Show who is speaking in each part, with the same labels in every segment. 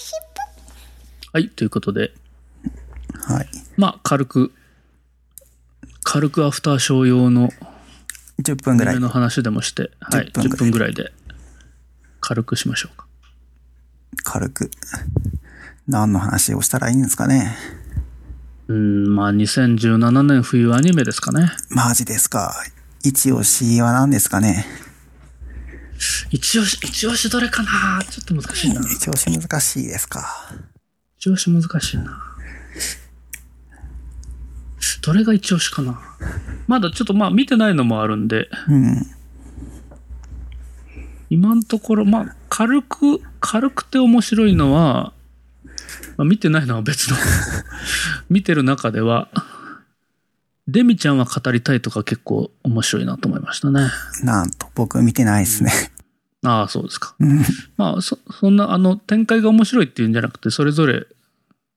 Speaker 1: しっ
Speaker 2: はい、ということで、
Speaker 3: はい。
Speaker 2: まあ、軽く、軽くアフターショー用の
Speaker 3: 10分ぐ
Speaker 2: メー
Speaker 3: らい
Speaker 2: ル。の話でもして、はい、
Speaker 3: 10
Speaker 2: 10分ぐらいで、軽くしましょうか。
Speaker 3: 軽く。何の話をしたらいいんですかね。
Speaker 2: うん、まあ、2017年冬アニメですかね。
Speaker 3: マジですか。一押しは何ですかね。
Speaker 2: 一押し、一押しどれかなちょっと難しいな。
Speaker 3: 一押し難しいですか。
Speaker 2: 一押し難しいな。どれが一押しかなまだちょっとまあ見てないのもあるんで、
Speaker 3: うん。
Speaker 2: 今のところ、まあ、軽く、軽くて面白いのは、まあ、見てないのは別 の。見てる中では、デミちゃんは語りたいとか結構面白いなと思いましたね。
Speaker 3: なんと、僕見てないですね。
Speaker 2: ああ、そうですか。
Speaker 3: うん。
Speaker 2: まあ、そ、そんな、あの、展開が面白いっていうんじゃなくて、それぞれ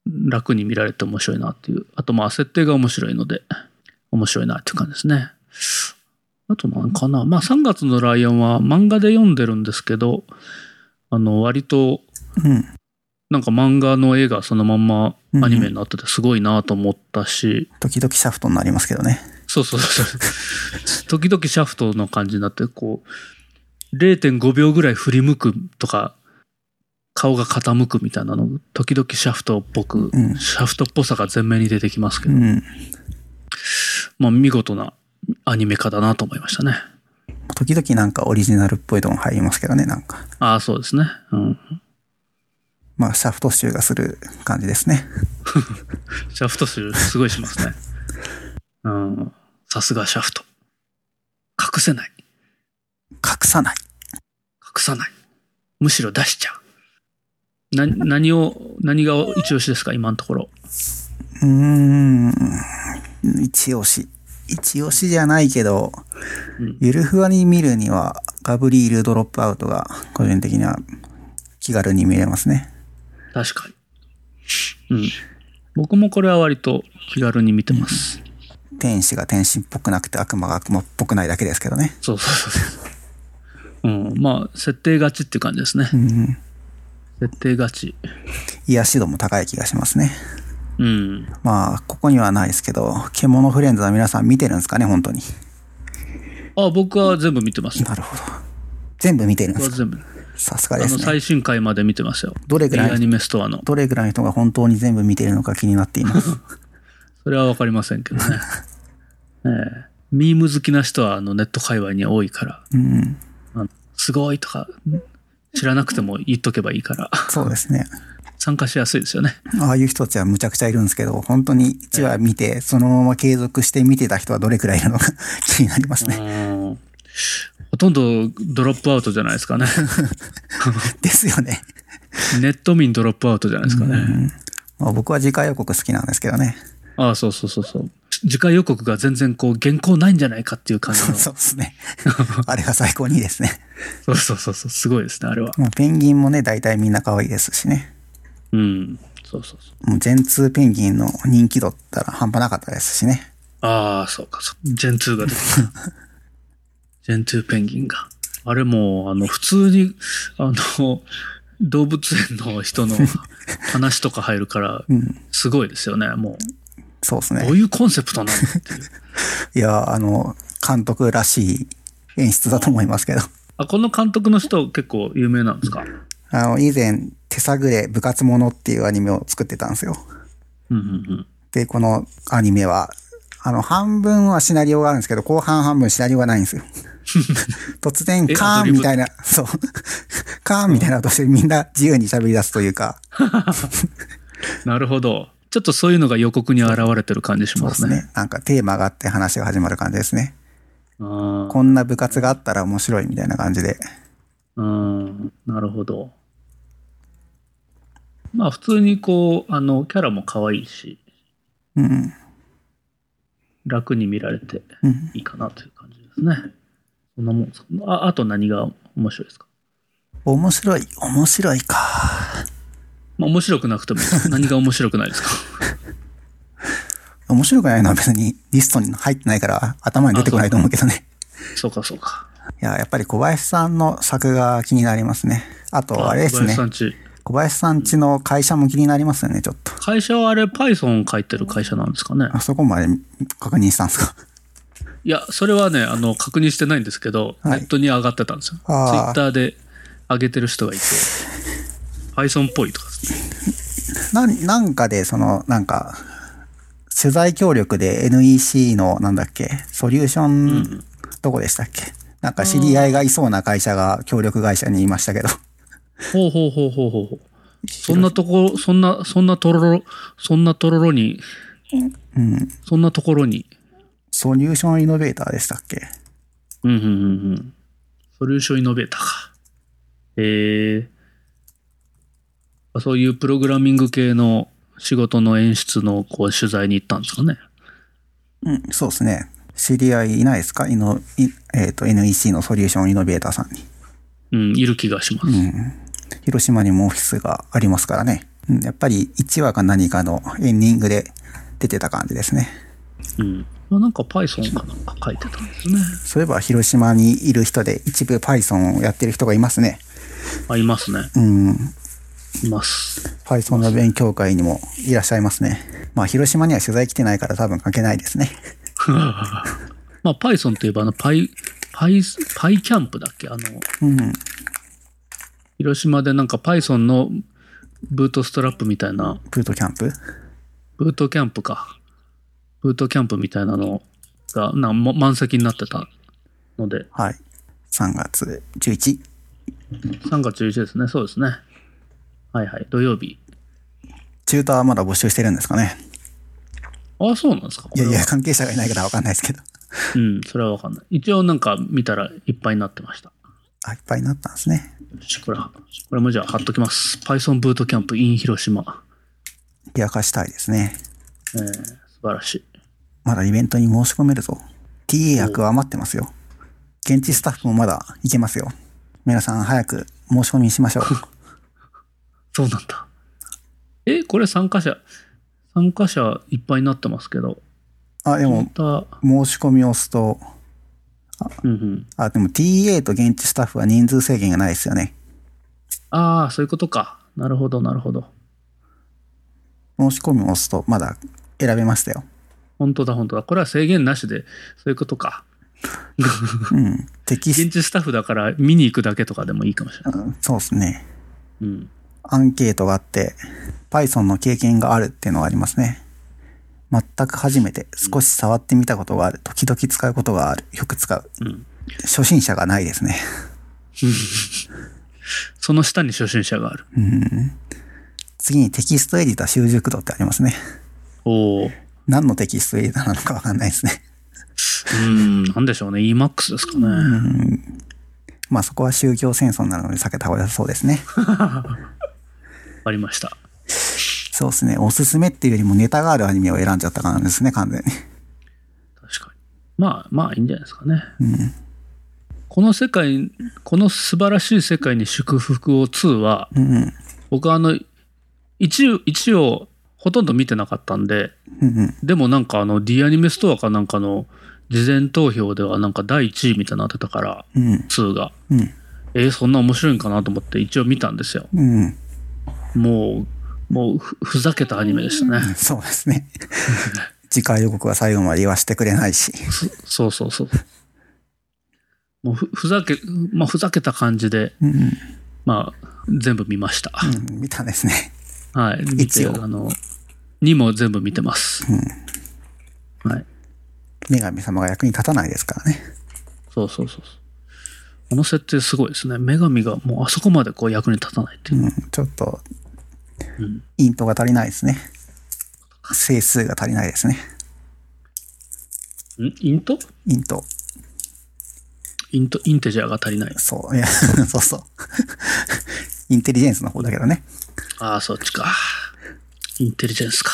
Speaker 2: 楽に見られて面白いなっていう。あと、まあ、設定が面白いので、面白いなっていう感じですね。あと、なんかな。まあ、3月のライオンは漫画で読んでるんですけど、あの、割と、
Speaker 3: うん。
Speaker 2: なんか漫画の絵がそのまんまアニメになっててすごいなと思ったし、
Speaker 3: 時々シャフトになりますけどね。
Speaker 2: そうそうそう。時々シャフトの感じになって、こう、0.5秒ぐらい振り向くとか、顔が傾くみたいなの、時々シャフトっぽく、
Speaker 3: うん
Speaker 2: シャフトっぽさが前面に出てきますけ
Speaker 3: う
Speaker 2: ど、
Speaker 3: ん。
Speaker 2: まあ見事なアニメ化だなと思いましたね。
Speaker 3: 時々なんかオリジナルっぽいのも入りますけどね、なんか。
Speaker 2: ああ、そうですね。うん。
Speaker 3: まあ、シャフト集がする感じですね。
Speaker 2: シャフト数すごいします ね。うん。さすがシャフト。隠せない。
Speaker 3: 隠さない。
Speaker 2: 隠さない。むしろ出しちゃう。な、何を、何が一押しですか、今のところ。
Speaker 3: うーん。一押し。一押しじゃないけど、
Speaker 2: うん
Speaker 3: ゆるふわに見るには、ガブリールドロップアウトが、個人的には気軽に見れますね。
Speaker 2: 確かに。うん。僕もこれは割と気軽に見てます。
Speaker 3: 天使が天使っぽくなくて悪魔が悪魔っぽくないだけですけどね。
Speaker 2: そうそうそうそう。うん。まあ、設定勝ちっていう感じですね。
Speaker 3: うん。
Speaker 2: 設定勝ち。
Speaker 3: 癒し度も高い気がしますね。
Speaker 2: うん。
Speaker 3: まあ、ここにはないですけど、獣フレンズは皆さん見てるんですかね、本当に。
Speaker 2: あ、僕は全部見てます。
Speaker 3: なるほど。全部見てるんで
Speaker 2: 僕
Speaker 3: す
Speaker 2: は
Speaker 3: か
Speaker 2: 全部。
Speaker 3: さすが
Speaker 2: あ
Speaker 3: で
Speaker 2: の、
Speaker 3: すね。
Speaker 2: 最新回まで見てますよ。
Speaker 3: どれぐらい
Speaker 2: アニメストアの。
Speaker 3: どれぐらいの人が本当に全部見てるのか気になっています。
Speaker 2: それはわかりませんけどね。 ええミーム好きな人はあのネット界隈には多いから、
Speaker 3: うん。
Speaker 2: あのすごいとか、知らなくても言っとけばいいから、
Speaker 3: そうですね。
Speaker 2: 参加しやすいですよね。
Speaker 3: ああいう人たちはむちゃくちゃいるんですけど、本当に1話見て、そのまま継続して見てた人はどれくらいいるのか 気になりますね。
Speaker 2: うんほとんどドロップアウトじゃないですかね。
Speaker 3: ですよね。
Speaker 2: ネット民ドロップアウトじゃないですかね。
Speaker 3: まあ、僕は次回予告好きなんですけどね。
Speaker 2: ああ、そうそうそうそう。次回予告が全然こう原稿ないんじゃないかっていう感じ
Speaker 3: そう
Speaker 2: の。
Speaker 3: そうですね。 あれが最高にいいですね。
Speaker 2: そうそうそうそう。すごいですね、あれは。
Speaker 3: まあ、ペンギンもね、大体みんな可愛いですしね。
Speaker 2: うん。そうそうそう。
Speaker 3: もうジェンツーペンギンの人気度ったら半端なかったですしね。
Speaker 2: ああ、そうか、そう。ジェンツーが出てきた。 ジェンツーペンギンが。あれもう、あの、普通に、あの、動物園の人の話とか入るから、すごいですよね。も
Speaker 3: そうです
Speaker 2: う、ど
Speaker 3: ね
Speaker 2: う。いうコンセプトなのっていう。
Speaker 3: いや、あの、監督らしい演出だと思いますけど。
Speaker 2: あ、この監督の人結構有名なんですか
Speaker 3: あの、以前、手探れ部活ものっていうアニメを作ってたんですよ。
Speaker 2: うんうん
Speaker 3: で、このアニメは、あの、半分はシナリオがあるんですけど、後半半分シナリオがない んですよ。突然、
Speaker 2: え
Speaker 3: カ
Speaker 2: アド
Speaker 3: ー
Speaker 2: リ
Speaker 3: ン
Speaker 2: ブ
Speaker 3: みたいな、そう、 カーンみたいな音してみんな自由に喋り出すというか、
Speaker 2: うん。なるほど。ちょっとそういうのが予告に現れてる感じし
Speaker 3: そう
Speaker 2: ま
Speaker 3: ですす
Speaker 2: ね。
Speaker 3: ね。なんかテーマがあって話が始まる感じですね。
Speaker 2: あ
Speaker 3: こんな部活があったら面白いみたいな感じで。
Speaker 2: あ、うん。なるほど。まあ普通にこう、あの、キャラも可愛いし、
Speaker 3: うん。
Speaker 2: 楽に見られて
Speaker 3: うん
Speaker 2: いいかなという感じですね。そんなもんですかああと何が面白いですか
Speaker 3: 面白い、面白いか。
Speaker 2: まあ面白くなくてもいい です何が面白くないですか
Speaker 3: 面白くないのは別にリストに入ってないから頭に出てこないと思うけどね。
Speaker 2: そうかそうか。
Speaker 3: いや、やっぱり小林さんの作画気になりますね。あと、あれで
Speaker 2: 小
Speaker 3: す
Speaker 2: 林
Speaker 3: ね
Speaker 2: さ。んち。
Speaker 3: 小林さんちの会社も気になりますよね、ちょっと。
Speaker 2: 会社はあれ Python を書いてる会社なんですかね
Speaker 3: あそこまで確認したんですか。
Speaker 2: いやそれはねあの確認してないんですけど、
Speaker 3: はい
Speaker 2: ネットに上がってたんですよツイ
Speaker 3: あ
Speaker 2: ッ
Speaker 3: ー
Speaker 2: ターで上げてる人がいて Python っぽいとか
Speaker 3: な、なんかで、その、なんか、取材協力で NEC の、なんだっけ、ソリューション、どこでしたっけなんか知り合いがいそうな会社が協力会社にいましたけ ど。
Speaker 2: ほうほうほうほうほうほうそんなとこそんなそんなとろろそんなとろろに
Speaker 3: うん。
Speaker 2: そんなところに
Speaker 3: ソリューションイノベーターでしたっけ
Speaker 2: うんうんうんうんソリューションイノベーターかへえあそういうプログラミング系の仕事の演出のこう取材に行ったんですかね
Speaker 3: うん、そうですね。知り合いいないですかイノ、いえっ、と、NEC のソリューションイノベーターさんに。
Speaker 2: うんいる気がします、
Speaker 3: 広島にもオフィスがありますからね。うんやっぱり1話か何かのエンディングで出てた感じですね。
Speaker 2: うん。まあなんか Python かなんか書いてたんですね。
Speaker 3: そういえば広島にいる人で一部 Python をやってる人がいますね。
Speaker 2: あ、いますね。
Speaker 3: うん。
Speaker 2: います。
Speaker 3: Python の勉強会にもいらっしゃいますね。まあ広島には取材来てないから多分関係ないですね。
Speaker 2: まあ Python といえばあの Py、Py、Py キャンプだっけあの、
Speaker 3: うん。
Speaker 2: 広島でなんか Python のブートストラップみたいな、
Speaker 3: ブートキャンプ
Speaker 2: ブートキャンプか。ブートキャンプみたいなのが、なんも満席になってたので、
Speaker 3: はい。3月11。
Speaker 2: 3月11ですね。そうですね。はいはい。土曜日。
Speaker 3: チューターはまだ募集してるんですかね。
Speaker 2: ああ、そうなんですかこ
Speaker 3: い
Speaker 2: れ
Speaker 3: や
Speaker 2: はい
Speaker 3: や、関係者がいないからわかんないですけど。
Speaker 2: うん、それはわかんない。一応なんか見たらいっぱいになってました。
Speaker 3: あ、いっぱいになったんですね。
Speaker 2: よしこれ、これもじゃあ貼っときます。Python ブートキャンプ in 広島。
Speaker 3: 冷やかしたいですね。
Speaker 2: えー、素晴らしい。
Speaker 3: まだイベントに申し込めるぞ。TA 役は余ってますよ。現地スタッフもまだ行けますよ。皆さん早く申し込みしましょう。
Speaker 2: そうなんだ。え、これ参加者、参加者いっぱいになってますけど、
Speaker 3: あ、でも、
Speaker 2: また、
Speaker 3: 申し込みを押すと、
Speaker 2: うんうん。
Speaker 3: あ、でも TA と現地スタッフは人数制限がないですよね。
Speaker 2: ああ、そういうことか。なるほど、なるほど。
Speaker 3: 申し込みを押すとまだ選べましたよ。
Speaker 2: 本当だ、本当だ。これは制限なしで、そういうことか。
Speaker 3: うん。テキス
Speaker 2: 現地スタッフだから見に行くだけとかでもいいかもしれない。
Speaker 3: ト、うんそうですね。
Speaker 2: うん。
Speaker 3: アンケートがあって、Python の経験があるっていうのがありますね。全く初めて、少し触ってみたことがある、時々使うことがある、よく使う。
Speaker 2: うん
Speaker 3: 初心者がないですね。
Speaker 2: その下に初心者がある。
Speaker 3: 次にテキストエディター習熟度ってありますね。
Speaker 2: おお。う
Speaker 3: 何のテキストエディターなのかわかんないですね。
Speaker 2: ーん、なんでしょうね。EMAX ですかね。
Speaker 3: まあそこは宗教戦争になるので避けた方が良さそうですね。
Speaker 2: わかりました。
Speaker 3: そうですね。おすすめっていうよりもネタがあるアニメを選んじゃった感じですね、完全に。
Speaker 2: 確かにまあまあいいんじゃないですかね、この世界この素晴らしい世界に祝福を2は、
Speaker 3: うん
Speaker 2: 僕はあの 1, 1をほとんど見てなかったんで
Speaker 3: うんうん。
Speaker 2: でもなんかあの D アニメストアかなんかの事前投票ではなんか第1位みたいになってたから
Speaker 3: うん
Speaker 2: 2が、
Speaker 3: うん
Speaker 2: えーそんな面白いんかなと思って一応見たんですよ
Speaker 3: うん。
Speaker 2: もうもうふふざけたアニメでしたね、
Speaker 3: そうですね。次回予告は最後まで言わせてくれないし。
Speaker 2: そそうそうそうもうふふざけ、まあ、ふざけた感じで
Speaker 3: うんうん。
Speaker 2: まあ、全部見ました。
Speaker 3: うん見たんですね。
Speaker 2: はい。見て、
Speaker 3: 一
Speaker 2: あ
Speaker 3: 応
Speaker 2: の、にも全部見てます。はい。
Speaker 3: 女神様が役に立たないですからね。
Speaker 2: そうそうそうそう。この設定すごいですね。女神がもうあそこまでこう役に立たないっていう。
Speaker 3: うん、ちょっと、イントが足りないですね。整数が足りないですね。
Speaker 2: んイント
Speaker 3: イント。
Speaker 2: イント、インテジャーが足りない。
Speaker 3: そう、いや、 そうそう。インテリジェンスの方だけどね。
Speaker 2: ああ、そっちか。インテリジェンスか。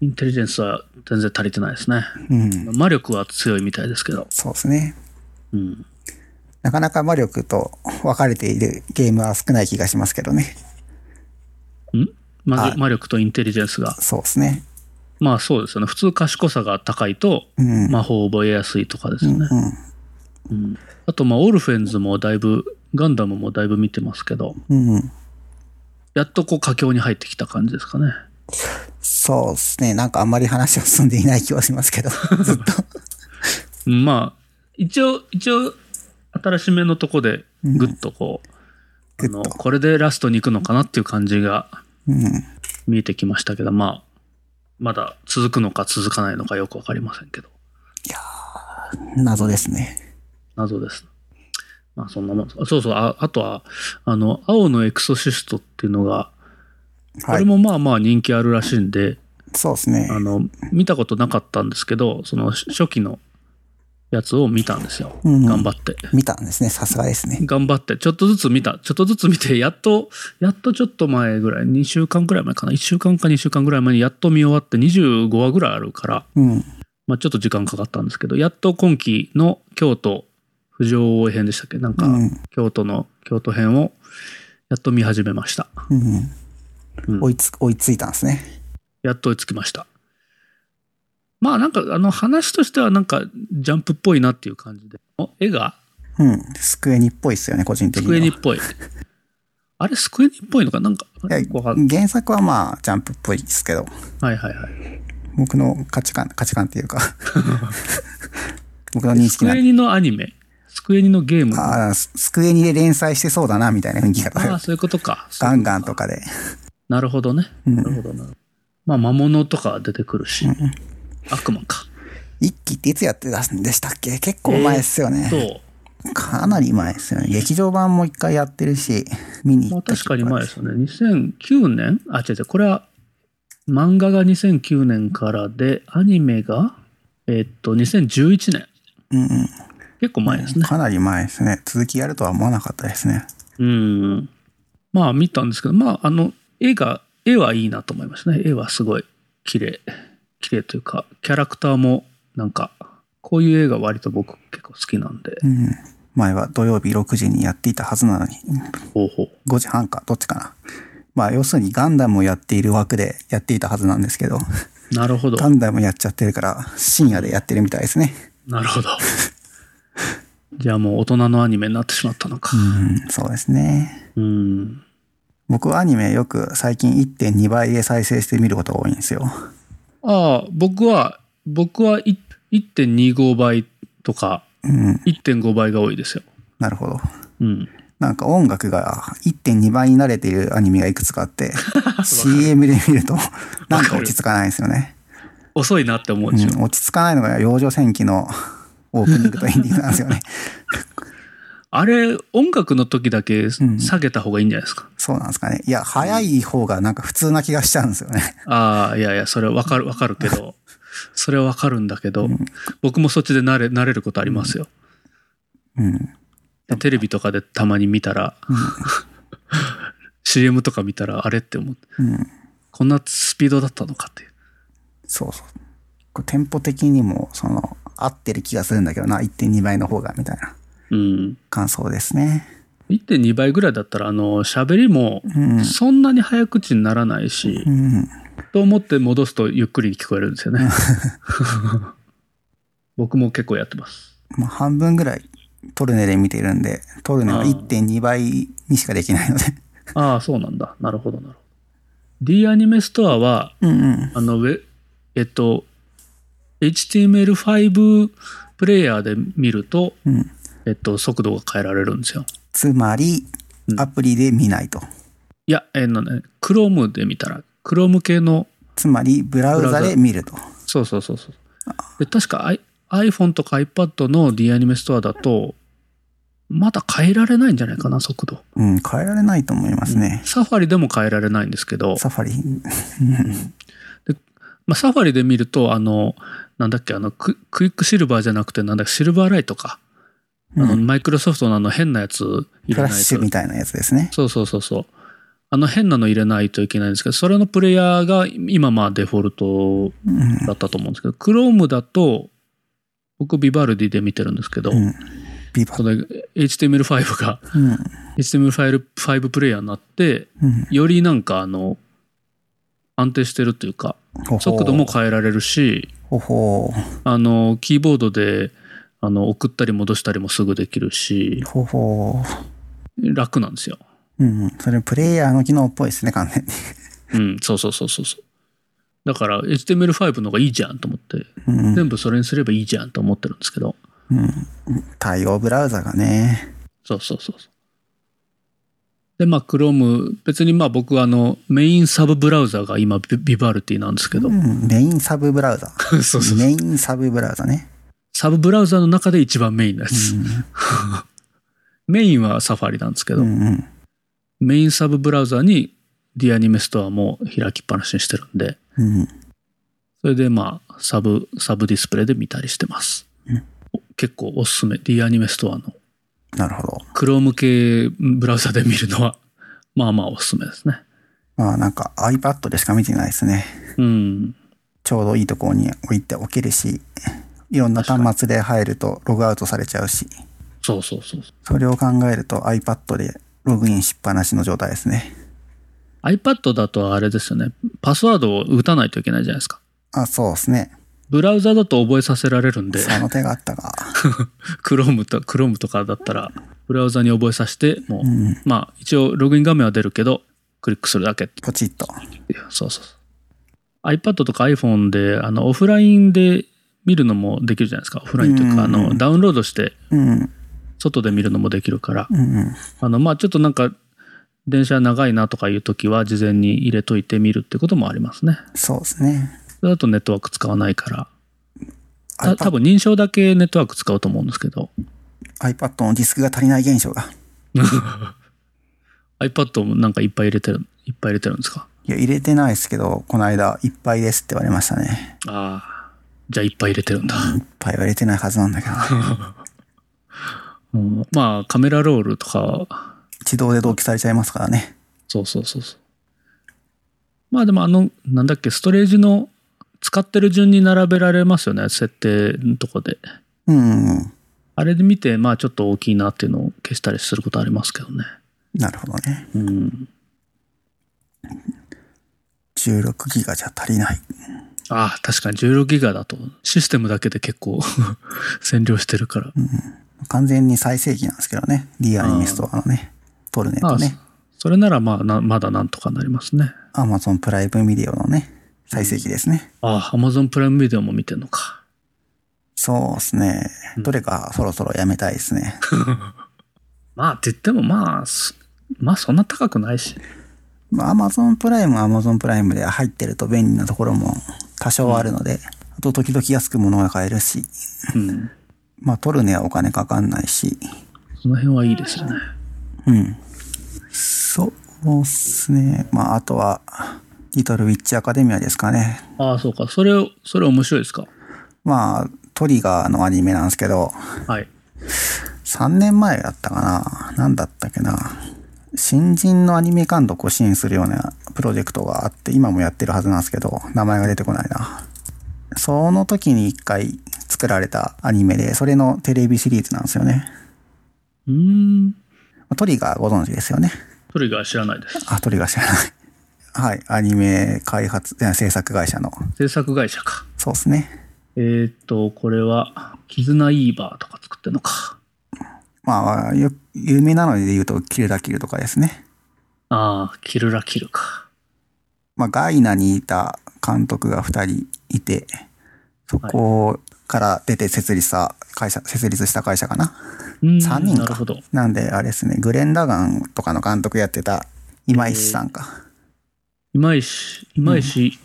Speaker 2: インテリジェンスは全然足りてないですね。
Speaker 3: うん。
Speaker 2: 魔力は強いみたいですけど。
Speaker 3: そうですね。
Speaker 2: うん。
Speaker 3: なかなか魔力と分かれているゲームは少ない気がしますけどね。
Speaker 2: ん魔力
Speaker 3: はい
Speaker 2: 魔力とインテリジェンスが。
Speaker 3: そうですね。
Speaker 2: まあそうですよね。普通賢さが高いと
Speaker 3: うん。
Speaker 2: 魔法を覚えやすいとかですよね。
Speaker 3: うん。
Speaker 2: あと、まあ、オルフェンズもだいぶ、ガンダムもだいぶ見てますけど、
Speaker 3: うん。
Speaker 2: やっとこう佳境に入ってきた感じですかね。
Speaker 3: そうですね。なんかあんまり話は進んでいない気はしますけど、 ずっと。
Speaker 2: うんまあ、一応、一応、新しめのとこでぐっとこう、
Speaker 3: う
Speaker 2: あ
Speaker 3: ん
Speaker 2: の、
Speaker 3: ぐっと
Speaker 2: これでラストに行くのかなっていう感じが
Speaker 3: うん。
Speaker 2: 見えてきましたけど、まあ、まだ続くのか続かないのかよくわかりませんけど、
Speaker 3: 謎ですね。
Speaker 2: 謎です。まあ、そんなもんです。あそうそう、ああとは、あの、青のエクソシストっていうのが、こ
Speaker 3: は
Speaker 2: れ
Speaker 3: い。
Speaker 2: もまあまあ人気あるらしいんで、
Speaker 3: そうですね。
Speaker 2: あの、見たことなかったんですけど、その初期のやつを見たんですよ。
Speaker 3: うん
Speaker 2: 頑張って。
Speaker 3: 見たんですね。さすがですね。
Speaker 2: 頑張って、ちょっとずつ見た。ちょっとずつ見て、やっと、やっとちょっと前ぐらい、2週間ぐらい前かな。1週間か2週間ぐらい前にやっと見終わって25話ぐらいあるから、
Speaker 3: うん。
Speaker 2: まあちょっと時間かかったんですけど、やっと今期の京都、不条応援編でしたっけなんか
Speaker 3: うん、
Speaker 2: 京都の京都編を、やっと見始めました。
Speaker 3: うん。
Speaker 2: うん
Speaker 3: 追いつ、追いついたんですね。
Speaker 2: やっと追いつきました。まあなんかあの話としてはなんかジャンプっぽいなっていう感じで。お絵が
Speaker 3: うん。スクエニっぽいっすよね、個人的
Speaker 2: ス
Speaker 3: に
Speaker 2: ク
Speaker 3: は。
Speaker 2: エニっ ぽい。あれスクエニっぽいのかなんか。あれ
Speaker 3: い
Speaker 2: よくわかん
Speaker 3: や原作はまあ、ジャンプっぽいですけど、
Speaker 2: はいはいはい。
Speaker 3: 僕の価値観、価値観っていうか、 僕の認
Speaker 2: ス
Speaker 3: 識
Speaker 2: ク
Speaker 3: な
Speaker 2: エ、ニのアニメ。スクエニのゲーム。あ
Speaker 3: ああ、ススクエニで連載してそうだな、みたいな雰囲気が、
Speaker 2: あ、そういうことか。
Speaker 3: ガンガンとかで。
Speaker 2: なるほどね。なるほどな。まあ魔物とか出てくるし。悪魔か。
Speaker 3: 一期っていつやってたんでしたっけ結構前っすよ ね。
Speaker 2: そう。
Speaker 3: かなり前ですよね。劇場版も一回やってるし、見に
Speaker 2: ま
Speaker 3: 行
Speaker 2: あ
Speaker 3: った
Speaker 2: 確かに前ですよね。2009年あ、違う違う。これは、漫画が2009年からで、アニメが、えっと、2011年。
Speaker 3: うんうん
Speaker 2: 結構前ですね。
Speaker 3: かなり前ですね。続きやるとは思わなかったですね。
Speaker 2: うん。まあ見たんですけど、まあ、あの、絵が、絵はいいなと思いましたね。絵はすごい綺麗。綺麗というか、キャラクターも、なんか、こういう絵が割と僕結構好きなんで。
Speaker 3: うん。前は土曜日6時にやっていたはずなのに、
Speaker 2: ほうほう。
Speaker 3: 5時半か、どっちかな。まあ、要するにガンダムをやっている枠でやっていたはずなんですけど、
Speaker 2: なるほど。
Speaker 3: ガンダムやっちゃってるから、深夜でやってるみたいですね。
Speaker 2: なるほど。 じゃあもう大人のアニメになってしまったのか
Speaker 3: う。ん、そうですね。
Speaker 2: うん。
Speaker 3: 僕はアニメよく最近1.2倍で再生して見ることが多いんですよ。
Speaker 2: ああ、僕は、僕はい1.25倍とか
Speaker 3: うん、
Speaker 2: 1.5倍が多いですよ。
Speaker 3: なるほど。
Speaker 2: うん。
Speaker 3: なんか音楽が1.2倍に慣れているアニメがいくつかあ って、CM で見ると、なんか落ち着かないんですよね。
Speaker 2: 遅いなって思う
Speaker 3: う
Speaker 2: でしょ。
Speaker 3: ん、落ち着かないのが幼女戦記のオープニングとエンディングなんですよ ね。
Speaker 2: あれ、音楽の時だけ下げた方がいいんじゃないですか。
Speaker 3: そうなんですかね。いや、早い方がなんか普通な気がしちゃうんですよね。
Speaker 2: ああ、いやいや、それわかる、わかるけ ど、それはわかるんだけど、僕もそっちで慣れ、慣れることありますよ。
Speaker 3: うん。
Speaker 2: テレビとかでたまに見たら、CM とか見たら、あれって思って、
Speaker 3: うん。
Speaker 2: こんなスピードだったのかっていう。
Speaker 3: そうそう。こうテンポ的にも、その、合ってる気がするんだけどな、1.2倍の方が、みたいな
Speaker 2: うん。
Speaker 3: 感想ですね。
Speaker 2: 1.2倍ぐらいだったら、あの、喋りも、
Speaker 3: うん。
Speaker 2: そんなに早口にならないし
Speaker 3: う、ん。
Speaker 2: と思って戻すとゆっくり聞こえるんですよね。 僕も結構やってます。
Speaker 3: まあ、半分ぐらいトルネで見てるんで、トルネは1.2倍にしかできないので。
Speaker 2: ああ、そうなんだ。なるほど、なるほど。D アニメストアは、
Speaker 3: うんうん。
Speaker 2: あの、ウェえっと、HTML5 プレイヤーで見ると、
Speaker 3: うん
Speaker 2: えっと、速度が変えられるんですよ。
Speaker 3: つまり
Speaker 2: う、ん
Speaker 3: アプリで見ないと。
Speaker 2: いや、えーのね、Chrome で見たら、Chrome 系の、
Speaker 3: つまり、ブラウザで見ると。
Speaker 2: そうそうそうそう。で、確か I iPhone とか iPad の D アニメストアだと、まだ変えられないんじゃないかな、速度。
Speaker 3: うん、変えられないと思いますね。
Speaker 2: サファリでも変えられないんですけど、
Speaker 3: サファリ。
Speaker 2: まあ、サファリで見ると、あの、なんだっけ、あの、ククイックシルバーじゃなくて、なんだっけ、シルバーライトか。あの、マイクロソフトのあの変なやつ入
Speaker 3: フ
Speaker 2: れ
Speaker 3: ラッ
Speaker 2: ない
Speaker 3: シュ
Speaker 2: と
Speaker 3: み。たいなやつですね。
Speaker 2: そうそうそうそう。あの変なの入れないといけないんですけど、それのプレイヤーが今まあデフォルト
Speaker 3: うん。
Speaker 2: だったと思うんですけど、Chrome だと、僕ビバルディで見てるんですけど、
Speaker 3: うん。ビバ
Speaker 2: そ。の HTML5 が
Speaker 3: うん。
Speaker 2: HTML5 プレイヤーになって、
Speaker 3: うん。
Speaker 2: よりなんかあの、安定してるというか、
Speaker 3: ほほ
Speaker 2: 速度も。変えられるし、
Speaker 3: ほほ
Speaker 2: あの、キーボードで、あの、送ったり戻したりもすぐできるし、
Speaker 3: ほほ
Speaker 2: 楽なんですよ。
Speaker 3: うんうん。それプレイヤーの機能っぽいですね、完全に。
Speaker 2: うん、そうそうそうそうそう。だから HTML5 の方がいいじゃんと思って、
Speaker 3: うん
Speaker 2: 全部それにすればいいじゃんと思ってるんですけど、
Speaker 3: 対応ブラウザがね。
Speaker 2: そうそうそうそう。で、まあ Chrome、別にまあ僕はあのメインサブブラウザが今ビビバルティなんですけど、
Speaker 3: うん。メインサブブラウザ。
Speaker 2: そうそう。
Speaker 3: メインサブブラウザね。
Speaker 2: サブブラウザの中で一番メインなやつ。メインはサファリなんですけど、
Speaker 3: うんうん。
Speaker 2: メインサブブラウザにディアニメストアも開きっぱなしにしてるんで、
Speaker 3: うん。
Speaker 2: それでまあ、サブ、サブディスプレイで見たりしてます。お結構おすすめ。D アニメストアの
Speaker 3: なるほど。
Speaker 2: Chrome 系ブラウザで見るのは、 まあまあおすすめですね。
Speaker 3: まあなんか iPad でしか見てないですね。
Speaker 2: うん。
Speaker 3: ちょうどいいところに置いておけるし、いろんな端末で入るとログアウトされちゃうし、
Speaker 2: そうそうそうそう。
Speaker 3: それを考えると iPad でログインしっぱなしの状態ですね。
Speaker 2: iPad だとあれですよね。パスワードを打たないといけないじゃないですか。
Speaker 3: あ、そうですね。
Speaker 2: ブラウザだと覚えさせられるんで、
Speaker 3: その手があったか。
Speaker 2: Chrome と、Chrome とかだったら、ブラウザに覚えさせて、もう、まあ一応ログイン画面は出るけど、クリックするだけ
Speaker 3: ポチッと。
Speaker 2: いやそうそうそう iPad とか iPhone であのオフラインで見るのもできるじゃないですかオフラインというか、あのダウンロードして
Speaker 3: うん。
Speaker 2: 外で見るのもできるから、
Speaker 3: うんうん。
Speaker 2: あのまあちょっとなんか電車長いなとかいう時は事前に入れといてみるってこともありますね
Speaker 3: そうですね。
Speaker 2: それだとネットワーク使わないからた
Speaker 3: iPad
Speaker 2: 多分認証だけネットワーク使うと思うんですけど
Speaker 3: iPad のディスクが足りない現象が。
Speaker 2: iPad もなんかいっぱい入れてるいっぱい入れてるんですか
Speaker 3: いや、入れてないですけど、この間、いっぱいですって言われましたね。
Speaker 2: ああじゃあいっぱい入れてるんだ、
Speaker 3: いっぱいは入れてないはずなんだけど、
Speaker 2: うん、まあカメラロールとか
Speaker 3: 自動で同期されちゃいますからね。
Speaker 2: そうそうそうそう。まあでもあの、なんだっけ、ストレージの使ってる順に並べられますよね、設定のとこで。
Speaker 3: うんうん。
Speaker 2: あれで見て、まあちょっと大きいなっていうのを消したりすることありますけどね。
Speaker 3: なるほどね。
Speaker 2: うん。
Speaker 3: 16ギガじゃ足りない。
Speaker 2: ああ、確かに16ギガだと、システムだけで結構 占領してるから。
Speaker 3: 完全に最盛期なんですけどね。リアニミストアのね。トルネッ
Speaker 2: ま
Speaker 3: ト
Speaker 2: あ、
Speaker 3: ね。
Speaker 2: それならまあな、まだなんとかなりますね。
Speaker 3: アマゾンプライムビデオのね。最盛期ですね。
Speaker 2: ああ、Amazon プライムビデオも見てんのか。
Speaker 3: そうですね。どれかそろそろやめたいですね。
Speaker 2: まあって言ってもまあ、すまあそんな高くないし。
Speaker 3: まあ、アマゾンプライムはアマゾンプライムで入ってると便利なところも多少あるので、あと時々安く物が買えるし、
Speaker 2: うん。
Speaker 3: まあ、取るにはお金かかんないし、
Speaker 2: その辺はいいですよね。
Speaker 3: うん。そうっすね。まあ、あとは、リトルウィッチアカデミアですかね。
Speaker 2: ああ、そうか。それを、それ面白いですか。
Speaker 3: まあ、トリガーのアニメなんですけど、
Speaker 2: はい。
Speaker 3: 3年前だったかな何だったっけな新人のアニメ監督を支援するようなプロジェクトがあって、今もやってるはずなんですけど、名前が出てこないな。その時に一回作られたアニメで、それのテレビシリーズなんですよね。
Speaker 2: うーん。
Speaker 3: トリガーご存知ですよね。
Speaker 2: トリガー知らないです。
Speaker 3: あ、トリガー知らない。 はい、アニメ開発、いや制作会社の。
Speaker 2: 制作会社か。
Speaker 3: そうですね。
Speaker 2: えーっと、これは、絆イーバーとか作ってんのか。
Speaker 3: まあ、よ有名なので言うと、キルラキルとかですね。
Speaker 2: ああ、キルラキルか。
Speaker 3: まあ、ガイナにいた監督が2人いて、そこから出て設立した会社、設立した会社かな。
Speaker 2: うーん
Speaker 3: 3人か
Speaker 2: なるほど。
Speaker 3: なんで、あれですね、グレン・ラガンとかの監督やってた今石さんか。
Speaker 2: 今石、今石、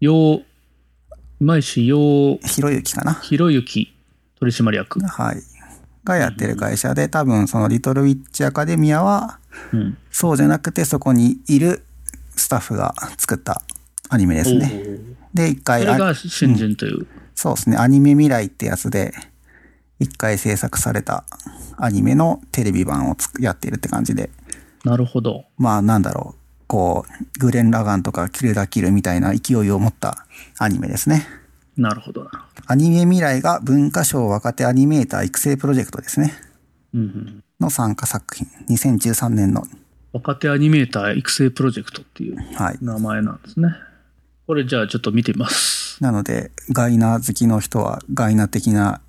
Speaker 2: よう、今石よう、
Speaker 3: ひろゆきかな。
Speaker 2: ひろゆき取締役。
Speaker 3: はい。がやってる会社で、多分そのリトル・ウィッチ・アカデミアは、
Speaker 2: うん。
Speaker 3: そうじゃなくてそこにいるスタッフが作ったアニメですね。
Speaker 2: おー
Speaker 3: で、一
Speaker 2: そ
Speaker 3: 回、
Speaker 2: れ
Speaker 3: あ
Speaker 2: が新人という。
Speaker 3: そうですね、アニメ未来ってやつで、一回制作されたアニメのテレビ版をつくやっているって感じで、
Speaker 2: なるほど。
Speaker 3: まあなんだろう、こう、グレン・ラガンとかキルダ・キルみたいな勢いを持ったアニメですね。
Speaker 2: なるほど。なるほど
Speaker 3: アニメ未来が文化賞若手アニメーター育成プロジェクトですね。
Speaker 2: うんうん。
Speaker 3: の参加作品。2013年の。
Speaker 2: 若手アニメーター育成プロジェクトっていう
Speaker 3: はい。
Speaker 2: 名前なんですね。これじゃあちょっと見てみます。
Speaker 3: なので、ガイナー好きの人は、ガイナー的な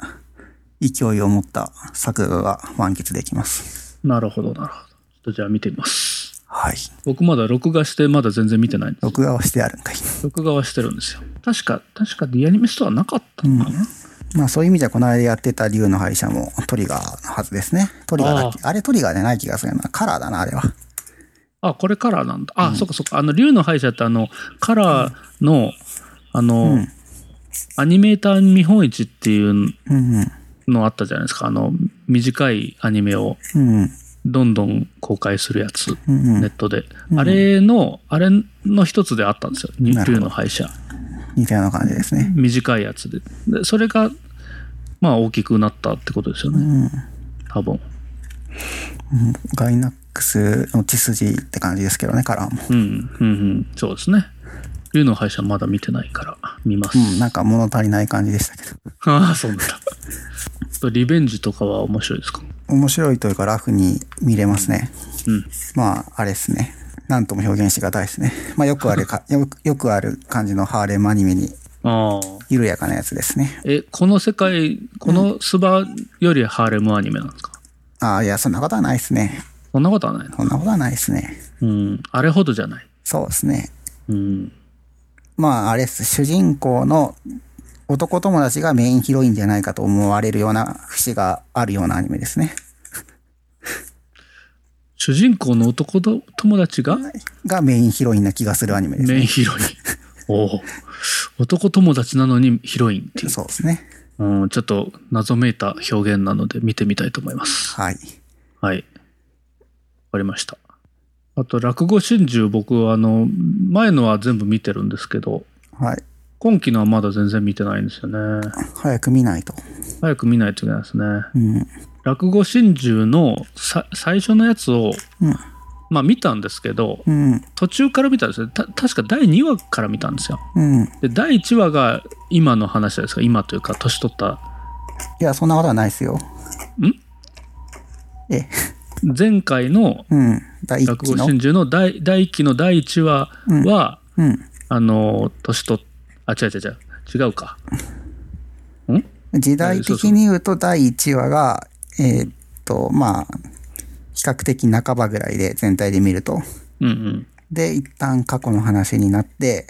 Speaker 3: 勢いを持った作画が満喫できます。
Speaker 2: なるほど、なるほど。ちょっとじゃあ見てみます。
Speaker 3: はい。
Speaker 2: 僕まだ録画してまだ全然見てないんです
Speaker 3: 録画はしてあるんかい。
Speaker 2: 録画はしてるんですよ確か確かリアニメストアなかったのかな、
Speaker 3: まあそういう意味じゃこの間やってた竜の敗者もトリガーのはずですね。トリガーだっけあれトリガーじゃない気がするな。カラーだな、あれは。
Speaker 2: あこれカラーなんだあ、そっかそっかあの竜の歯医者ってあのカラーの、あの、
Speaker 3: ん
Speaker 2: アニメーター見本市っていう
Speaker 3: うんうん。
Speaker 2: のあったじゃないですかあの短いアニメを
Speaker 3: うんうん。
Speaker 2: どんどん公開するやつ、
Speaker 3: んうん
Speaker 2: ネットで、あれのあれの一つであったんですよ
Speaker 3: なる
Speaker 2: 竜
Speaker 3: ほど
Speaker 2: の歯医者
Speaker 3: 似たような感じですね。
Speaker 2: 短いやつででそれがまあ大きくなったってことですよね、
Speaker 3: うん。
Speaker 2: 多分
Speaker 3: ガイナックスの血筋って感じですけどね、カラーも。
Speaker 2: うんうんうんそうですね竜の歯医者まだ見てないから見ます、
Speaker 3: うん、なんか物足りない感じでしたけど。
Speaker 2: ああ、そうなんだ。リベンジとかは面白いですか
Speaker 3: 面白いというかラフに見れますね。
Speaker 2: うん。
Speaker 3: まあ、あれですね。なんとも表現しがたいですね。まあよくあ るか、よく、よくある感じのハーレムアニメに
Speaker 2: ああ。
Speaker 3: 緩やかなやつですね。
Speaker 2: え、この世界、このスバよりハーレムアニメなんですか
Speaker 3: ああ、いや、そんなことはないですね。
Speaker 2: そんなことはないな。
Speaker 3: そんなことはないですね。
Speaker 2: うん。あれほどじゃない。
Speaker 3: そうですね。
Speaker 2: うん。
Speaker 3: まあ、あれです。主人公の男友達がメインヒロインじゃないかと思われるような節があるようなアニメですね。
Speaker 2: 主人公の男と友達が
Speaker 3: がメインヒロインな気がするアニメです
Speaker 2: メイン
Speaker 3: ね。
Speaker 2: ヒ ロイン。おお。男友達なのにヒロインっていう。
Speaker 3: そうですね。
Speaker 2: うん、ちょっと謎めいた表現なので見てみたいと思います。
Speaker 3: はい。
Speaker 2: はい。わかりました。あと、落語真珠、僕、あの、前のは全部見てるんですけど、
Speaker 3: はい。
Speaker 2: 今期のはまだ全然見てないんですよね。
Speaker 3: 早く見ないと。
Speaker 2: 早く見ないといけないですね。
Speaker 3: うん。
Speaker 2: 落語真珠のさ最初のやつを、
Speaker 3: うん
Speaker 2: まあ見たんですけど、
Speaker 3: うん。
Speaker 2: 途中から見たんですよ。た確か第2話から見たんですよ。
Speaker 3: うん。い
Speaker 2: で、第1話が今の話じゃないですか。今というか、年取った。
Speaker 3: や、そんなことはないですよ。え、
Speaker 2: 前回の
Speaker 3: うん。第一
Speaker 2: 落
Speaker 3: 期
Speaker 2: 語
Speaker 3: の。
Speaker 2: 真珠の第第1期の第1話は、
Speaker 3: うん。
Speaker 2: あの、年取っ、あ、違う違う違う。違うか。ん
Speaker 3: 時代的に言うと第1話が、えーっと、まあ、比較的半ばぐらいで全体で見ると。
Speaker 2: うんうん。
Speaker 3: で、一旦過去の話になって、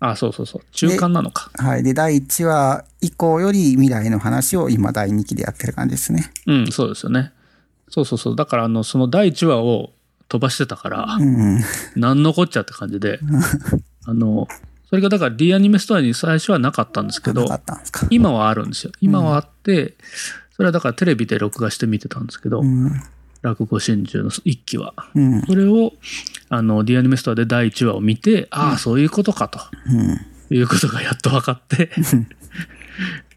Speaker 2: あ、そうそうそう。中間なのか。
Speaker 3: はい。で、第1話以降より未来の話を今第2期でやってる感じですね。
Speaker 2: うん、そうですよね。そうそうそう。だから、あの、その第1話を飛ばしてたから
Speaker 3: う、んうん。
Speaker 2: なんのこっちゃって感じで、あの、それがだから D アニメストアに最初はなかったんですけ
Speaker 3: な
Speaker 2: ど
Speaker 3: か、ったんですか。
Speaker 2: 今はあるんですよ。今はあって、それはだからテレビで録画して見てたんですけど
Speaker 3: う、ん。
Speaker 2: 落語真珠の一期は。
Speaker 3: うん。うん。
Speaker 2: それを、あの、D アニメストアで第1話を見て、ああ、そういうことかと。いうことがやっと分か って、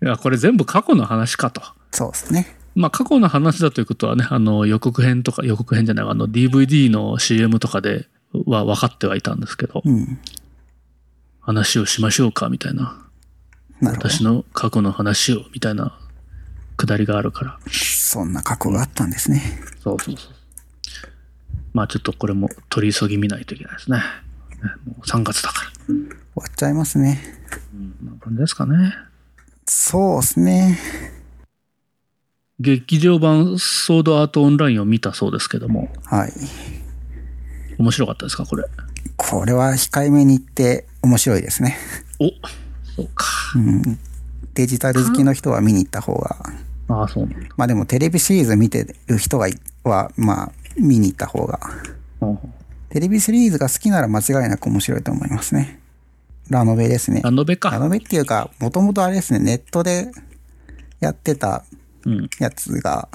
Speaker 2: いや、これ全部過去の話かと。
Speaker 3: そうですね。
Speaker 2: まあ、過去の話だということはね、あの、予告編とか、予告編じゃない、あの、DVD の CM とかでは分かってはいたんですけど、
Speaker 3: うん。
Speaker 2: 話をしましょうか、みたいな。
Speaker 3: なるほど。
Speaker 2: 私の過去の話を、みたいな、くだりがあるから。
Speaker 3: そんな過去があったんですね。
Speaker 2: そうそうそう。まあ、ちょっとこれも取り急ぎ見ないといけないですね。ねもう3月だから。
Speaker 3: 終わっちゃいますね。
Speaker 2: こんな感じですかね。
Speaker 3: そうですね。
Speaker 2: 劇場版ソードアートオンラインを見たそうですけども、
Speaker 3: はい。
Speaker 2: 面白かったですか、これ。
Speaker 3: これは控えめに言って面白いですね。
Speaker 2: おそうか。
Speaker 3: うん。デジタル好きの人は見に行った方が。
Speaker 2: ああ、そうなんだ。
Speaker 3: まあでもテレビシリーズ見てる人はいは、まあ、見に行った方が。
Speaker 2: うん
Speaker 3: テレビシリーズが好きなら間違いなく面白いと思いますね。ラノベですね。
Speaker 2: ラノベ
Speaker 3: ラ
Speaker 2: か。
Speaker 3: ノベっていうか、もともとあれですね、ネットでやってた
Speaker 2: うん。
Speaker 3: やつが、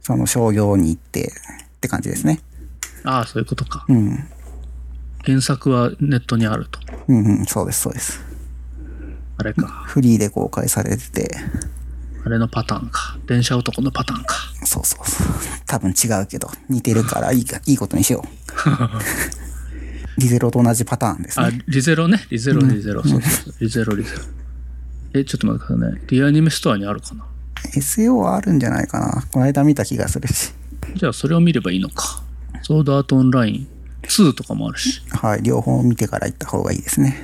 Speaker 3: その商業に行ってって感じですね。
Speaker 2: ああ、そういうことか。
Speaker 3: うん。
Speaker 2: 原作はネットにあると。
Speaker 3: うんうん、そうです、そうです。
Speaker 2: あれか。
Speaker 3: フリーで公開されてて、
Speaker 2: あれのパターンか。電車男のパターンか。
Speaker 3: そうそうそう。多分違うけど、似てるからいいか、いいことにしよう。リゼロと同じパターンです
Speaker 2: あ
Speaker 3: ね。、
Speaker 2: リゼロね。リゼロ、リゼロ。そうそうそう。リゼロ、リゼロ。え、ちょっと待ってくださいね。リアニメストアにあるかな。
Speaker 3: SAO はあるんじゃないかな。この間見た気がするし。
Speaker 2: じゃあ、それを見ればいいのか。ソードアートオンライン2とかもあるし、
Speaker 3: はい、両方見てから行った方がいいですね。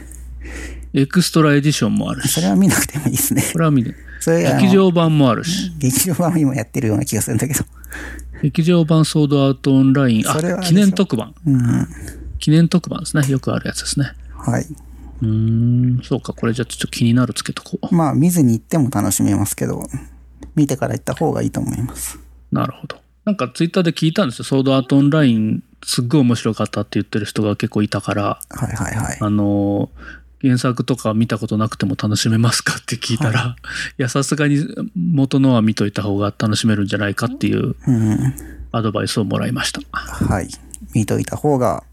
Speaker 2: エクストラエディションもある
Speaker 3: そ
Speaker 2: し、
Speaker 3: れは見なくてもいいですね。
Speaker 2: これは見て、
Speaker 3: それあの
Speaker 2: 劇場版もあるし、
Speaker 3: 劇場版は今やってるような気がするんだけど。
Speaker 2: 劇場版ソードアートオンライン、あ
Speaker 3: それはあれでしょ
Speaker 2: 記念特番。
Speaker 3: うん。
Speaker 2: 記念特番ですね。よくあるやつですね。
Speaker 3: はい。
Speaker 2: うーん、そうか。これじゃあちょっと気になるつけとこう。
Speaker 3: まあ、見ずに行っても楽しめますけど、見てから行った方がいいと思います。
Speaker 2: なるほど。なんかツイッターで聞いたんですよ。ソードアートオンライン、すっごい面白かったって言ってる人が結構いたから、
Speaker 3: はいはいはい。
Speaker 2: あのー、原作とか見たことなくても楽しめますかって聞いたら、い、 や、さすがに元のは見といた方が楽しめるんじゃないかっていう
Speaker 3: うん。
Speaker 2: アドバイスをもらいました。
Speaker 3: はい。見といた方が、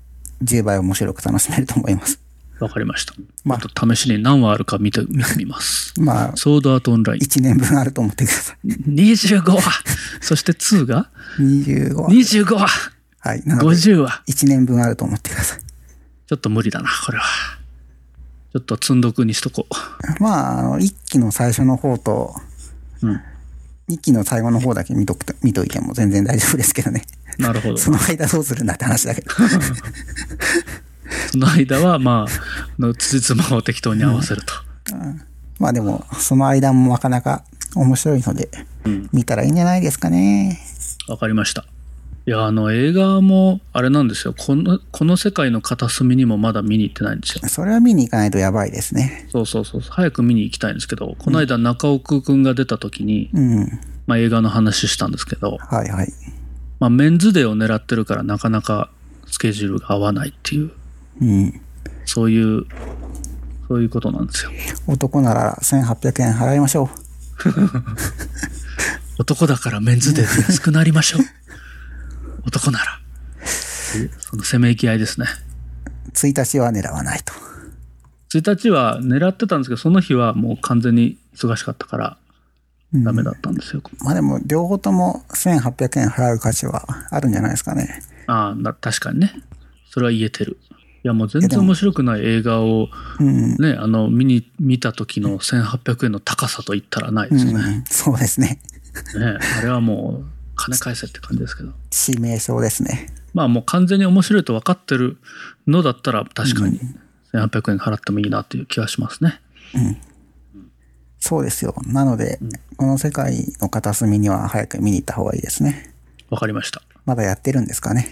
Speaker 3: 10倍面白く楽しめると思います。
Speaker 2: わかりました。
Speaker 3: まあ
Speaker 2: あと試しに何話あるか見て、見てみます。
Speaker 3: まあ、
Speaker 2: ソードアートオンライン
Speaker 3: 1年分あると思ってください。
Speaker 2: 25話 そして2が
Speaker 3: 25は。
Speaker 2: 25話
Speaker 3: はい。なので、
Speaker 2: 50話
Speaker 3: 1年分あると思ってください。
Speaker 2: ちょっと無理だな、これは。ちょっと積んどくにしとこう。
Speaker 3: まあ、あの、1期の最初の方と、
Speaker 2: うん
Speaker 3: 2期の最後の方だけ見とくと、見といても全然大丈夫ですけどね。
Speaker 2: なるほど。
Speaker 3: そ
Speaker 2: そ
Speaker 3: の間どうするんだって話だ けど。
Speaker 2: の間は、まあ、あの、辻褄を適当に合わせると。
Speaker 3: まあでも、その間もなかなか面白いので、見たらいいんじゃないですかね。
Speaker 2: わかりました。いや、あの、映画も、あれなんですよ。この、この世界の片隅にもまだ見に行ってないんですよ。
Speaker 3: それは見に行かないとやばいですね。
Speaker 2: そうそうそう。早く見に行きたいんですけど、この間中奥くんが出た時に、
Speaker 3: うん。
Speaker 2: まあ映画の話したんですけど、
Speaker 3: はいはい。
Speaker 2: まあメンズデーを狙ってるからなかなかスケジュールが合わないっていう、
Speaker 3: うん。
Speaker 2: そういう、そういうことなんですよ。
Speaker 3: 男なら1800円払いましょう。
Speaker 2: 男だからメンズデーで安くなりましょう。男なら。そのせめぎ合いですね。
Speaker 3: 1日は狙わないと。
Speaker 2: 1日は狙ってたんですけど、その日はもう完全に忙しかったから、
Speaker 3: うん
Speaker 2: ダメだったんですよ。
Speaker 3: まあでも、両方とも1800円払う価値はあるんじゃないですかね。
Speaker 2: ああ、な確かにね。それは言えてる。いや、もう全然面白くない映画を、
Speaker 3: うん。
Speaker 2: ね、あの、見に、見た時の1800円の高さと言ったらないですよね。
Speaker 3: うん、そうですね。
Speaker 2: ねあれはもう、金返せって感じですけど。
Speaker 3: 致命傷ですね。
Speaker 2: まあもう完全に面白いと分かってるのだったら、確かに1800円払ってもいいなという気はしますね。
Speaker 3: そうですよ。なので、この世界の片隅には早く見に行った方がいいですね。
Speaker 2: わかりました。
Speaker 3: まだやってるんですかね。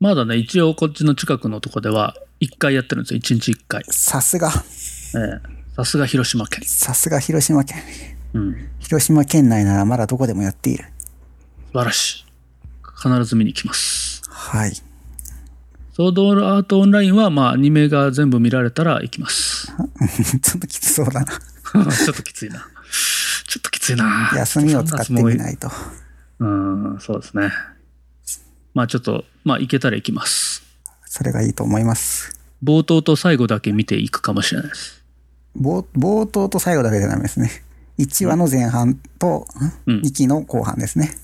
Speaker 2: まだね、一応こっちの近くのとこでは、1回やってるんですよ。1日1回。
Speaker 3: さすが、
Speaker 2: ええさすが広島県。
Speaker 3: さすが広島県。
Speaker 2: うん。
Speaker 3: 広島県内ならまだどこでもやっている。
Speaker 2: 素晴らしい。必ず見に来ます。
Speaker 3: はい。
Speaker 2: ソードアートオンラインは、まあ、アニメが全部見られたら行きます。
Speaker 3: ちょっときつそうだな。
Speaker 2: ちょっときついな。ちょっときついな。
Speaker 3: 休みを使ってみないと。
Speaker 2: うん、そうですね。まあ、ちょっと、まあ、行けたら行きます。
Speaker 3: それがいいと思います。
Speaker 2: 冒頭と最後だけ見ていくかもしれないです。
Speaker 3: 冒冒頭と最後だけじゃダメですね。1話の前半と
Speaker 2: うん
Speaker 3: 2期の後半ですね。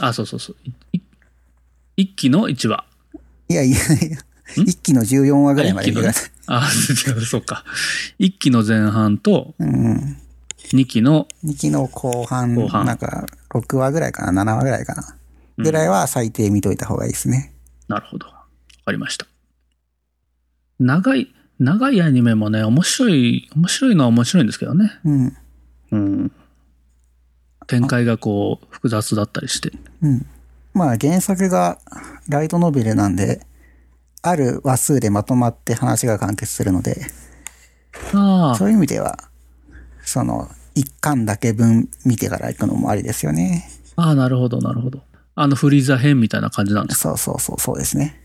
Speaker 2: あ、そうそうそう。いい一期の1話。
Speaker 3: いやいやいや、1期の14話ぐらいまで
Speaker 2: 一
Speaker 3: 見
Speaker 2: 期
Speaker 3: て
Speaker 2: のね
Speaker 3: ください。
Speaker 2: あ、 そうか。一期の前半と、
Speaker 3: うん。
Speaker 2: 二期の、
Speaker 3: 2期の後半、
Speaker 2: 後半
Speaker 3: なんか6話ぐらいかな、7話ぐらいかな。ぐらいは最低見といた方がいいですね。
Speaker 2: なるほど。わかりました。長い、長いアニメもね、面白い、面白いのは面白いんですけどね。
Speaker 3: うん。
Speaker 2: うん。展開がこう、複雑だったりして。
Speaker 3: うん。まあ原作がライトノベルなんで、ある話数でまとまって話が完結するので、
Speaker 2: ああ、
Speaker 3: そういう意味では、その、一巻だけ分見てから行くのもありですよね。
Speaker 2: ああ、なるほど、なるほど。あの、フリーザ編みたいな感じなんです。
Speaker 3: そうそうそう、そうですね。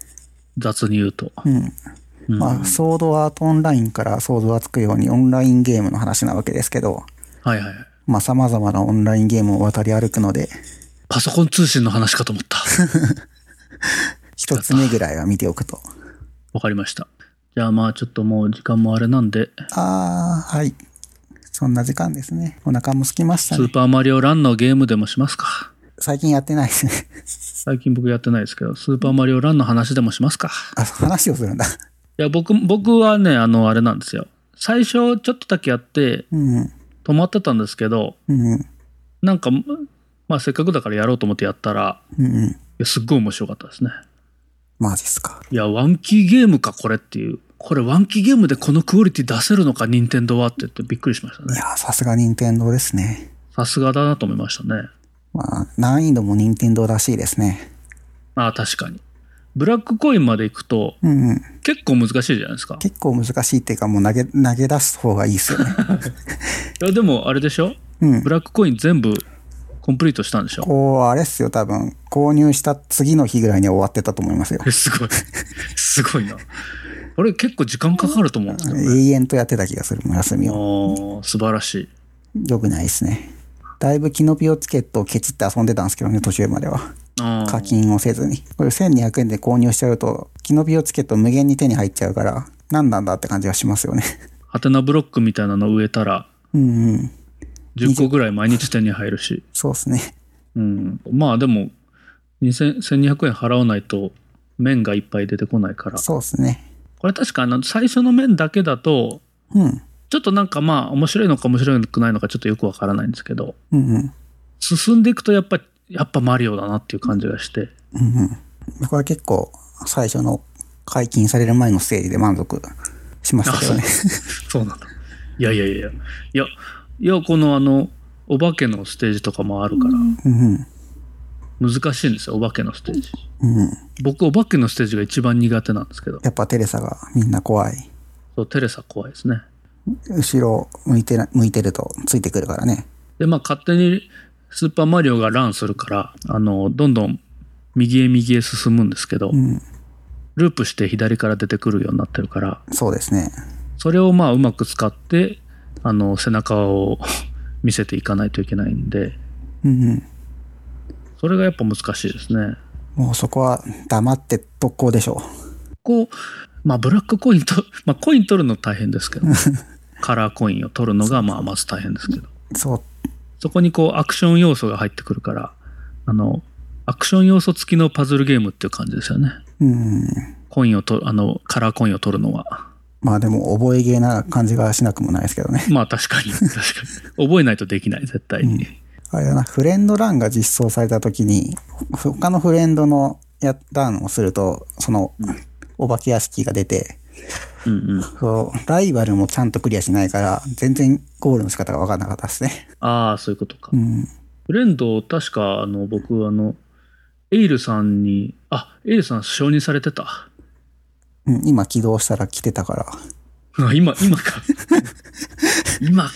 Speaker 2: 雑に言うと。
Speaker 3: うん。
Speaker 2: うん
Speaker 3: まあ、ソードアートオンラインから想像がつくようにオンラインゲームの話なわけですけど、
Speaker 2: はいはい。
Speaker 3: まあ、様々なオンラインゲームを渡り歩くので、
Speaker 2: パソコン通信の話かと思 った。
Speaker 3: 一つ目ぐらいは見ておくと。
Speaker 2: わかりました。じゃあまあ、ちょっともう時間もあれなんで、
Speaker 3: あー、はい。そんな時間ですね。お腹も空きました
Speaker 2: スー
Speaker 3: ね。
Speaker 2: パーマリオランのゲームでもしますか。
Speaker 3: 最近やってない ですね。
Speaker 2: 最近僕やってないですけど、スーパーマリオランの話でもしますか。
Speaker 3: あ、話をするんだ。
Speaker 2: いや、僕、僕はね、あの、あれなんですよ。最初、ちょっとだけやって、
Speaker 3: うん。
Speaker 2: 止まってたんですけど、
Speaker 3: うん。
Speaker 2: なんか、まあ、せっかくだからやろうと思ってやったら、い
Speaker 3: うん。
Speaker 2: やすっごい面白かったですね。
Speaker 3: マジっすか。
Speaker 2: いや、ワンキーゲームか、これっていう。これ、ワンキーゲームでこのクオリティ出せるのか、任天堂はって言ってびっくりしました
Speaker 3: い
Speaker 2: ね。
Speaker 3: やー、さすが任天堂ですね。
Speaker 2: さすがだなと思いましたね。
Speaker 3: まあ、難易度も任天堂らしいですね。
Speaker 2: ああ、確かに。ブラックコインまで行くと、
Speaker 3: うんうん。
Speaker 2: 結構難しいじゃないですか。
Speaker 3: 結構難しいっていうか、もう投げ、投げ出す方がいいです よね。
Speaker 2: いや、でもあれでしょ
Speaker 3: うん
Speaker 2: ブ。ラックコイン全部コンプリートしたんでしょ
Speaker 3: こう、あれっすよ、多分。購入した次の日ぐらいには終わってたと思いますよ。
Speaker 2: えすごい。すごいな。あれ結構時間かかると思うんですけどね。
Speaker 3: 永遠とやってた気がする、休み
Speaker 2: あ
Speaker 3: を。
Speaker 2: ー素晴らしい。
Speaker 3: 良くないですね。だいぶキノピオチケットをケチって遊んでたんですけどね、途中までは。
Speaker 2: あー
Speaker 3: 課金をせずに。これ1200円で購入しちゃうと、キノピオチケット無限に手に入っちゃうから、何なんだって感じがしますよね。
Speaker 2: ハテナブロックみたいなの植えたら、
Speaker 3: うんうん。
Speaker 2: 10個ぐらい毎日手に入るし。
Speaker 3: そうですね。
Speaker 2: うん。まあでも、2000 1200円払わないと、麺がいっぱい出てこないから。
Speaker 3: そうですね。
Speaker 2: これ確かあの、最初の麺だけだと、
Speaker 3: うん。
Speaker 2: ちょっとなんかまあ、面白いのか面白くないのかちょっとよくわからないんですけど、
Speaker 3: うんうん。
Speaker 2: 進んでいくとやっぱ、やっぱマリオだなっていう感じがして。
Speaker 3: うんうん。これ結構、最初の解禁される前のステージで満足しましたけどね。
Speaker 2: そうなんだ。いやいやいやいや。いや、このあの、お化けのステージとかもあるから、
Speaker 3: うん
Speaker 2: 難しいんですよ、お化けのステージ。
Speaker 3: うん。うん。
Speaker 2: 僕、お化けのステージが一番苦手なんですけど、
Speaker 3: やっぱテレサがみんな怖い。
Speaker 2: そうテレサ怖いですね。
Speaker 3: 後ろ向いてな、向いてるとついてくるからね。
Speaker 2: で、まあ、勝手にスーパーマリオがランするから、あの、どんどん右へ右へ進むんですけど、
Speaker 3: ん
Speaker 2: ループして左から出てくるようになってるから、
Speaker 3: そうですね。
Speaker 2: それをまあ、うまく使って、あの、背中を 見せていかないといけないんで、
Speaker 3: うんうん。
Speaker 2: それがやっぱ難しいですね。
Speaker 3: もうそこは黙って特攻でしょ
Speaker 2: こう、まあ、ブラックコインと、 まあ、コイン取るの大変です けど、カラーコインを取るのが、まあ、まず大変ですけど、
Speaker 3: う。そう。
Speaker 2: そこにこう、アクション要素が入ってくるから、あの、アクション要素付きのパズルゲームっていう感じですよね。
Speaker 3: うん。
Speaker 2: コインをとあの、カラーコインを取るの は。
Speaker 3: まあでも覚え芸な感じがしなくもないですけどね。
Speaker 2: まあ、確かに、確かに。覚えないとできない、絶対に。
Speaker 3: あれだな、フレンドランが実装された時に、ほ他のフレンドのやランをすると、その、お化け屋敷が出て、
Speaker 2: うんうん。
Speaker 3: そう、ライバルもちゃんとクリアしないから、全然ゴールの仕方が分かんなかったですね。
Speaker 2: ああ、そういうことか
Speaker 3: う。ん。
Speaker 2: フレンド、確か、あの、僕、あの、エイルさんに、あ、エイルさん承認されてた。
Speaker 3: うん、今起動したら来てたから。
Speaker 2: あ今、今 か。今か。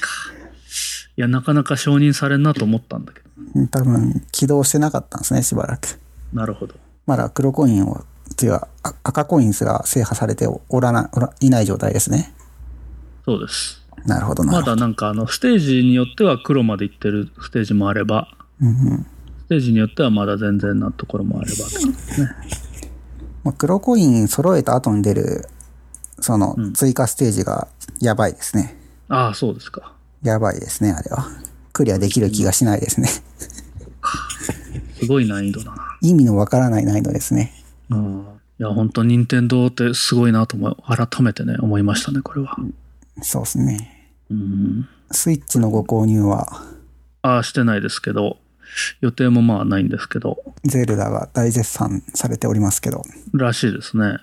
Speaker 2: いや、なかなか承認されんなと思ったんだけど。
Speaker 3: うん多分、起動してなかったんですね、しばらく。
Speaker 2: なるほど。
Speaker 3: まだ黒コインを、ていうか、あ赤コインすら制覇されておらなおらいない状態ですね。
Speaker 2: そうです。
Speaker 3: なるほどな。
Speaker 2: まだなんか、あの、ステージによっては黒まで行ってるステージもあれば、
Speaker 3: うんうん。
Speaker 2: ステージによってはまだ全然なところもあればって感じですね。
Speaker 3: まあ、黒コイン揃えた後に出る、その、追加ステージがやばいですね。
Speaker 2: ああ、そうですか。
Speaker 3: やばいですね、あれは。クリアできる気がしないですね。
Speaker 2: すごい難易度だな。
Speaker 3: 意味のわからない難易度ですね。
Speaker 2: うん。いや、本当任天堂ってすごいなと思い、改めてね、思いましたね、これは。
Speaker 3: そうですね。
Speaker 2: うん。
Speaker 3: スイッチのご購入は、
Speaker 2: ああ、してないですけど、予定もまあないんですけど、
Speaker 3: ゼルダが大絶賛されておりますけど。
Speaker 2: らしいですね。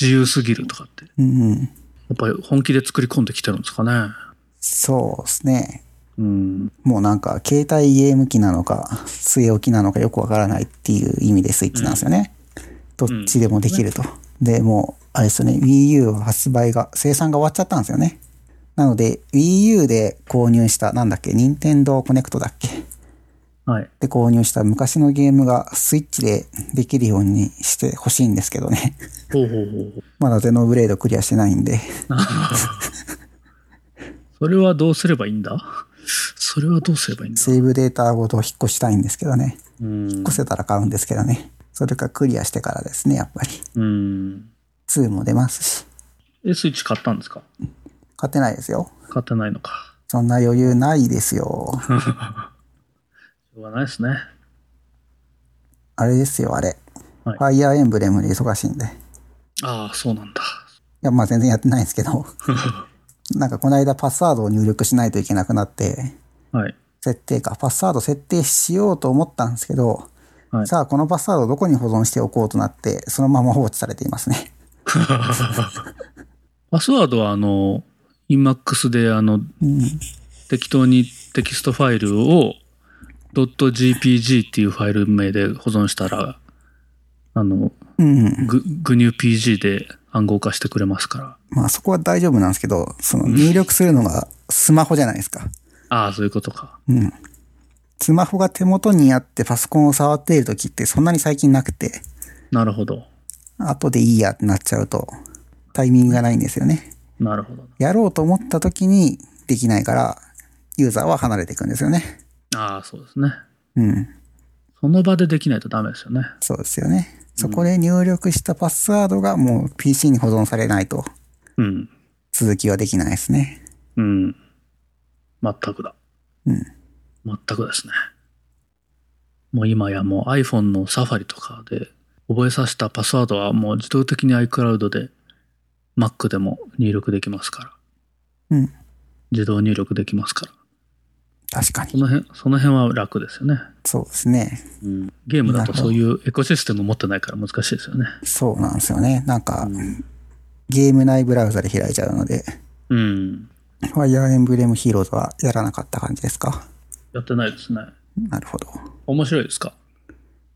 Speaker 2: 自由すぎるとかって。
Speaker 3: うんうん。
Speaker 2: やっぱり本気で作り込んできてるんですかね。
Speaker 3: そうですね。
Speaker 2: うん。
Speaker 3: もうなんか、携帯ゲーム機なの か、据え置きなのかよくわからないっていう意味でスイッチなんですよね。どっちでもできると。で、もう、あれですよね、Wii U は発売が、生産が終わっちゃったんですよね。なので、Wii U で購入した、なんだっけ、Nintendo Connect だっけ
Speaker 2: はい。
Speaker 3: で購入した昔のゲームがスイッチでできるようにしてほしいんですけどね。
Speaker 2: ほうほうほうほう。
Speaker 3: まだゼノブレードクリアしてないんで。
Speaker 2: それはどうすればいいんだ それはどうすればいいんだ
Speaker 3: セーブデータごと引っ越したいんですけどね。
Speaker 2: うん
Speaker 3: 引っ。越せたら買うんですけどね。それかクリアしてからですね、やっぱり。
Speaker 2: うん。
Speaker 3: 2も出ますし。
Speaker 2: え、スイッチ買ったんですか
Speaker 3: 買ってないですよ。
Speaker 2: 買ってないのか。
Speaker 3: そんな余裕ないですよ。
Speaker 2: しょうがないですね。
Speaker 3: あれですよ、あれ。
Speaker 2: はい
Speaker 3: ファイアーエンブレムで忙しいんで。い
Speaker 2: ああ、そうなんだ。
Speaker 3: や、まあ全然やってないんですけど。 なんかこの間パスワードを入力しないといけなくなって、
Speaker 2: はい。
Speaker 3: 設定か、パスワード設定しようと思ったんですけど、
Speaker 2: はい。
Speaker 3: さあ、このパスワードをどこに保存しておこうとなって、そのまま放置されていますね。
Speaker 2: パスワードは、あの、IMAX で、あの、適当にテキストファイルを .jpg っていうファイル名で保存したら、あの、
Speaker 3: うん。
Speaker 2: ぐ GNUPG で暗号化してくれますから。
Speaker 3: まあそこは大丈夫なんですけど、その入力するのがスマホじゃないですか。
Speaker 2: ああ、そういうことか。
Speaker 3: うん。スマホが手元にあってパソコンを触っている時ってそんなに最近なくて、
Speaker 2: なるほど。
Speaker 3: 後でいいやってなっちゃうとタイミングがないんですよね。
Speaker 2: なるほど。
Speaker 3: やろうと思った時にできないから、ユーザーは離れていくんですよね。
Speaker 2: ああ、そうですね。
Speaker 3: うん。
Speaker 2: その場でできないとダメですよね。
Speaker 3: そうですよね。そこで入力したパスワードがもう PC に保存されないと
Speaker 2: うん。
Speaker 3: 続きはできないですね。
Speaker 2: うん。全くだ。
Speaker 3: うん。
Speaker 2: 全くですね。もう今やもう iPhone のサファリとかで覚えさせたパスワードはもう自動的に iCloud で Mac でも入力できますから。
Speaker 3: うん。
Speaker 2: 自動入力できますから。
Speaker 3: 確かに
Speaker 2: そ。の辺、その辺は楽ですよね。
Speaker 3: そうですね。
Speaker 2: うん。ゲームだと
Speaker 3: なるほ
Speaker 2: そ
Speaker 3: ど
Speaker 2: ういうエコシステム持ってないから難しいですよね。
Speaker 3: そうなんですよね。なんか、ゲーム内ブラウザで開いちゃうので、
Speaker 2: うん。
Speaker 3: ファイアーエンブレムヒーローズはやらなかった感じですか。
Speaker 2: やってないですね。
Speaker 3: なるほど。
Speaker 2: 面白いですか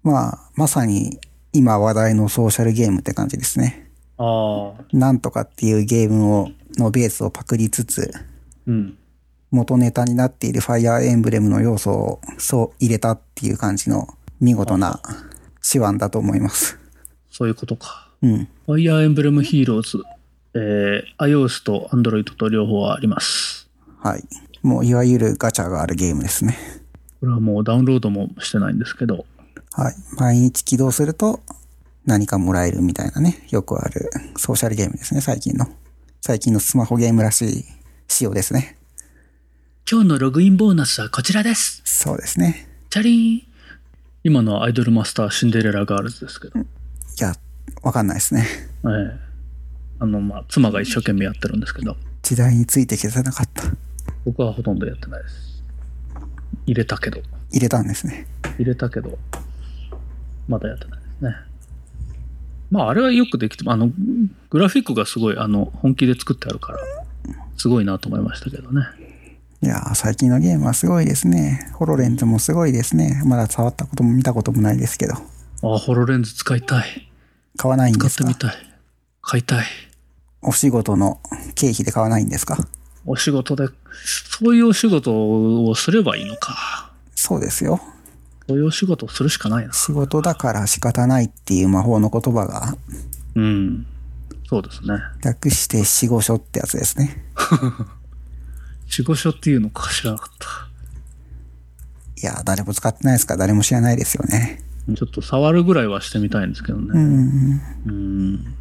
Speaker 3: まあ、まさに今話題のソーシャルゲームって感じですね。
Speaker 2: ああ。
Speaker 3: なんとかっていうゲームを、のベースをパクりつつ、
Speaker 2: うん。
Speaker 3: 元ネタになっているファイアーエンブレムの要素をそう入れたっていう感じの見事な手腕だと思います。
Speaker 2: そういうことか。
Speaker 3: うん。
Speaker 2: ファイアーエンブレムヒーローズ、えー、iOS と Android と両方あります。
Speaker 3: はい。もういわゆるガチャがあるゲームですね。
Speaker 2: これはもうダウンロードもしてないんですけど、
Speaker 3: はい。毎日起動すると何かもらえるみたいなね、よくあるソーシャルゲームですね、最近の。最近のスマホゲームらしい仕様ですね。
Speaker 2: 今日のログインボーナスはこちらです。
Speaker 3: そうですね。
Speaker 2: チャリーン今のアイドルマスターシンデレラガールズですけど、
Speaker 3: いや、わかんないですね。
Speaker 2: えーあの、まあ、妻が一生懸命やってるんですけど、
Speaker 3: 時代について消せなかった。
Speaker 2: 僕はほとんどやってないです。入れたけど、
Speaker 3: 入れたんですね。
Speaker 2: 入れたけど、まだやってないですね。まあ、あれはよくできて、あの、グラフィックがすごい、あの、本気で作ってあるから、すごいなと思いましたけどね。
Speaker 3: いやー、最近のゲームはすごいですね。ホロレンズもすごいですね。まだ触ったことも見たこともないですけど。
Speaker 2: あ、ホロレンズ使いたい。
Speaker 3: 買わないん
Speaker 2: 使
Speaker 3: で
Speaker 2: っ
Speaker 3: す
Speaker 2: て
Speaker 3: か
Speaker 2: みたい。買いたい。
Speaker 3: お仕事の経費で買わないんですか
Speaker 2: お仕事で、そういうお仕事をすればいいのか。
Speaker 3: そうですよ。
Speaker 2: そういうお仕事をするしかないな。
Speaker 3: 仕事だから仕方ないっていう魔法の言葉が
Speaker 2: うん。そうですね。
Speaker 3: 略して死後書ってやつですね。
Speaker 2: 死後書っていうのか知らなかった。
Speaker 3: いやー、誰も使ってないですから誰も知らないですよね。
Speaker 2: ちょっと触るぐらいはしてみたいんですけど
Speaker 3: う
Speaker 2: ね。
Speaker 3: ん、
Speaker 2: うん。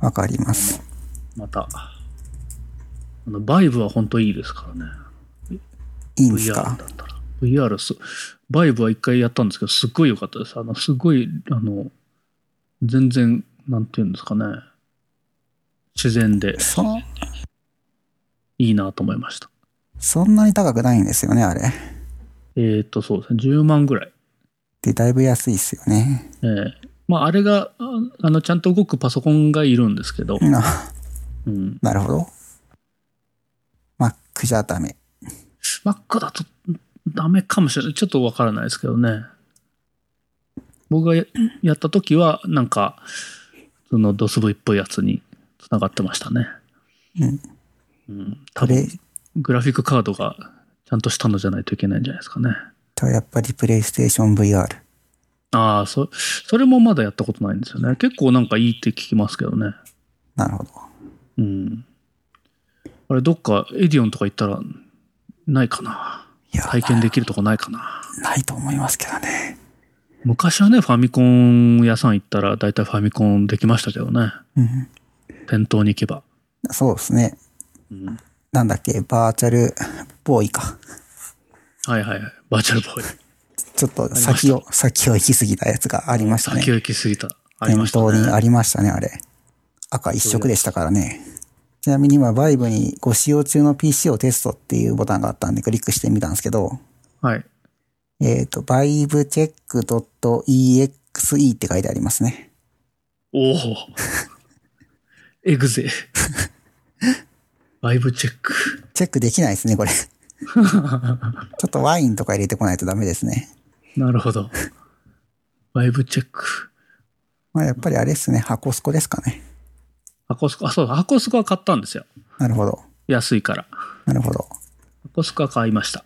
Speaker 3: わかります。
Speaker 2: また。あの、バイブは本当いいですからね。
Speaker 3: いいんですか
Speaker 2: VR だったら。VR す、バイブは一回やったんですけど、すっごい良かったです。あの、すごい、あの、全然、なんていうんですかね。自然で
Speaker 3: そ、
Speaker 2: いいなと思いました。
Speaker 3: そんなに高くないんですよね、あれ。
Speaker 2: えーっ、と、そうですね、10万ぐらい。
Speaker 3: で、だいぶ安いっすよね。
Speaker 2: えーまあ、あれが、ああの、ちゃんと動くパソコンがいるんですけど、
Speaker 3: な、
Speaker 2: うん。
Speaker 3: なるほど。Mac じゃダメ。
Speaker 2: Mac だとダメかもしれない。ちょっとわからないですけどね。僕がややった時は、なんか、その DOSV っぽいやつに繋がってましたね。
Speaker 3: うん。
Speaker 2: うん。多
Speaker 3: これ
Speaker 2: 分、グラフィックカードがちゃんとしたのじゃないといけないんじゃないですかね。
Speaker 3: とやっぱり PlayStation VR。
Speaker 2: ああ、そ、それもまだやったことないんですよね。結構なんかいいって聞きますけどね。
Speaker 3: なるほど。
Speaker 2: うん。あれ、どっかエディオンとか行ったら、ないかない
Speaker 3: や、
Speaker 2: 体験できるとこないかな
Speaker 3: ないと思いますけどね。
Speaker 2: 昔はね、ファミコン屋さん行ったら、大体ファミコンできましたけどね。
Speaker 3: うん。
Speaker 2: 店頭に行けば。
Speaker 3: そうですね。
Speaker 2: うん、
Speaker 3: なんだっけ、バーチャルボーイか。
Speaker 2: はいはいはい。バーチャル ボーイ。
Speaker 3: ちょっと先を、先を行き過ぎたやつがありましたね
Speaker 2: 先。行きすぎた。あり
Speaker 3: 店
Speaker 2: ました
Speaker 3: 頭に
Speaker 2: ね。
Speaker 3: ありましたね、あれ。赤一色でしたからね。ちなみに今、バイブにご使用中の PC をテストっていうボタンがあったんでクリックしてみたんですけど、
Speaker 2: はい。
Speaker 3: えっ、と、vivecheck.exe って書いてありますね。
Speaker 2: おお。エグゼ。バイブチェック。
Speaker 3: チェックできないですね、これ。ちょっとワインとか入れてこないとダメですね。
Speaker 2: なるほど。バイブチェック。
Speaker 3: まあやっぱりあれですね、箱スコですかね。
Speaker 2: アコスコ、あ、そうだ、アコスコは買ったんですよ。
Speaker 3: なるほど。
Speaker 2: 安いから。
Speaker 3: なるほど。
Speaker 2: アコスコは買いました。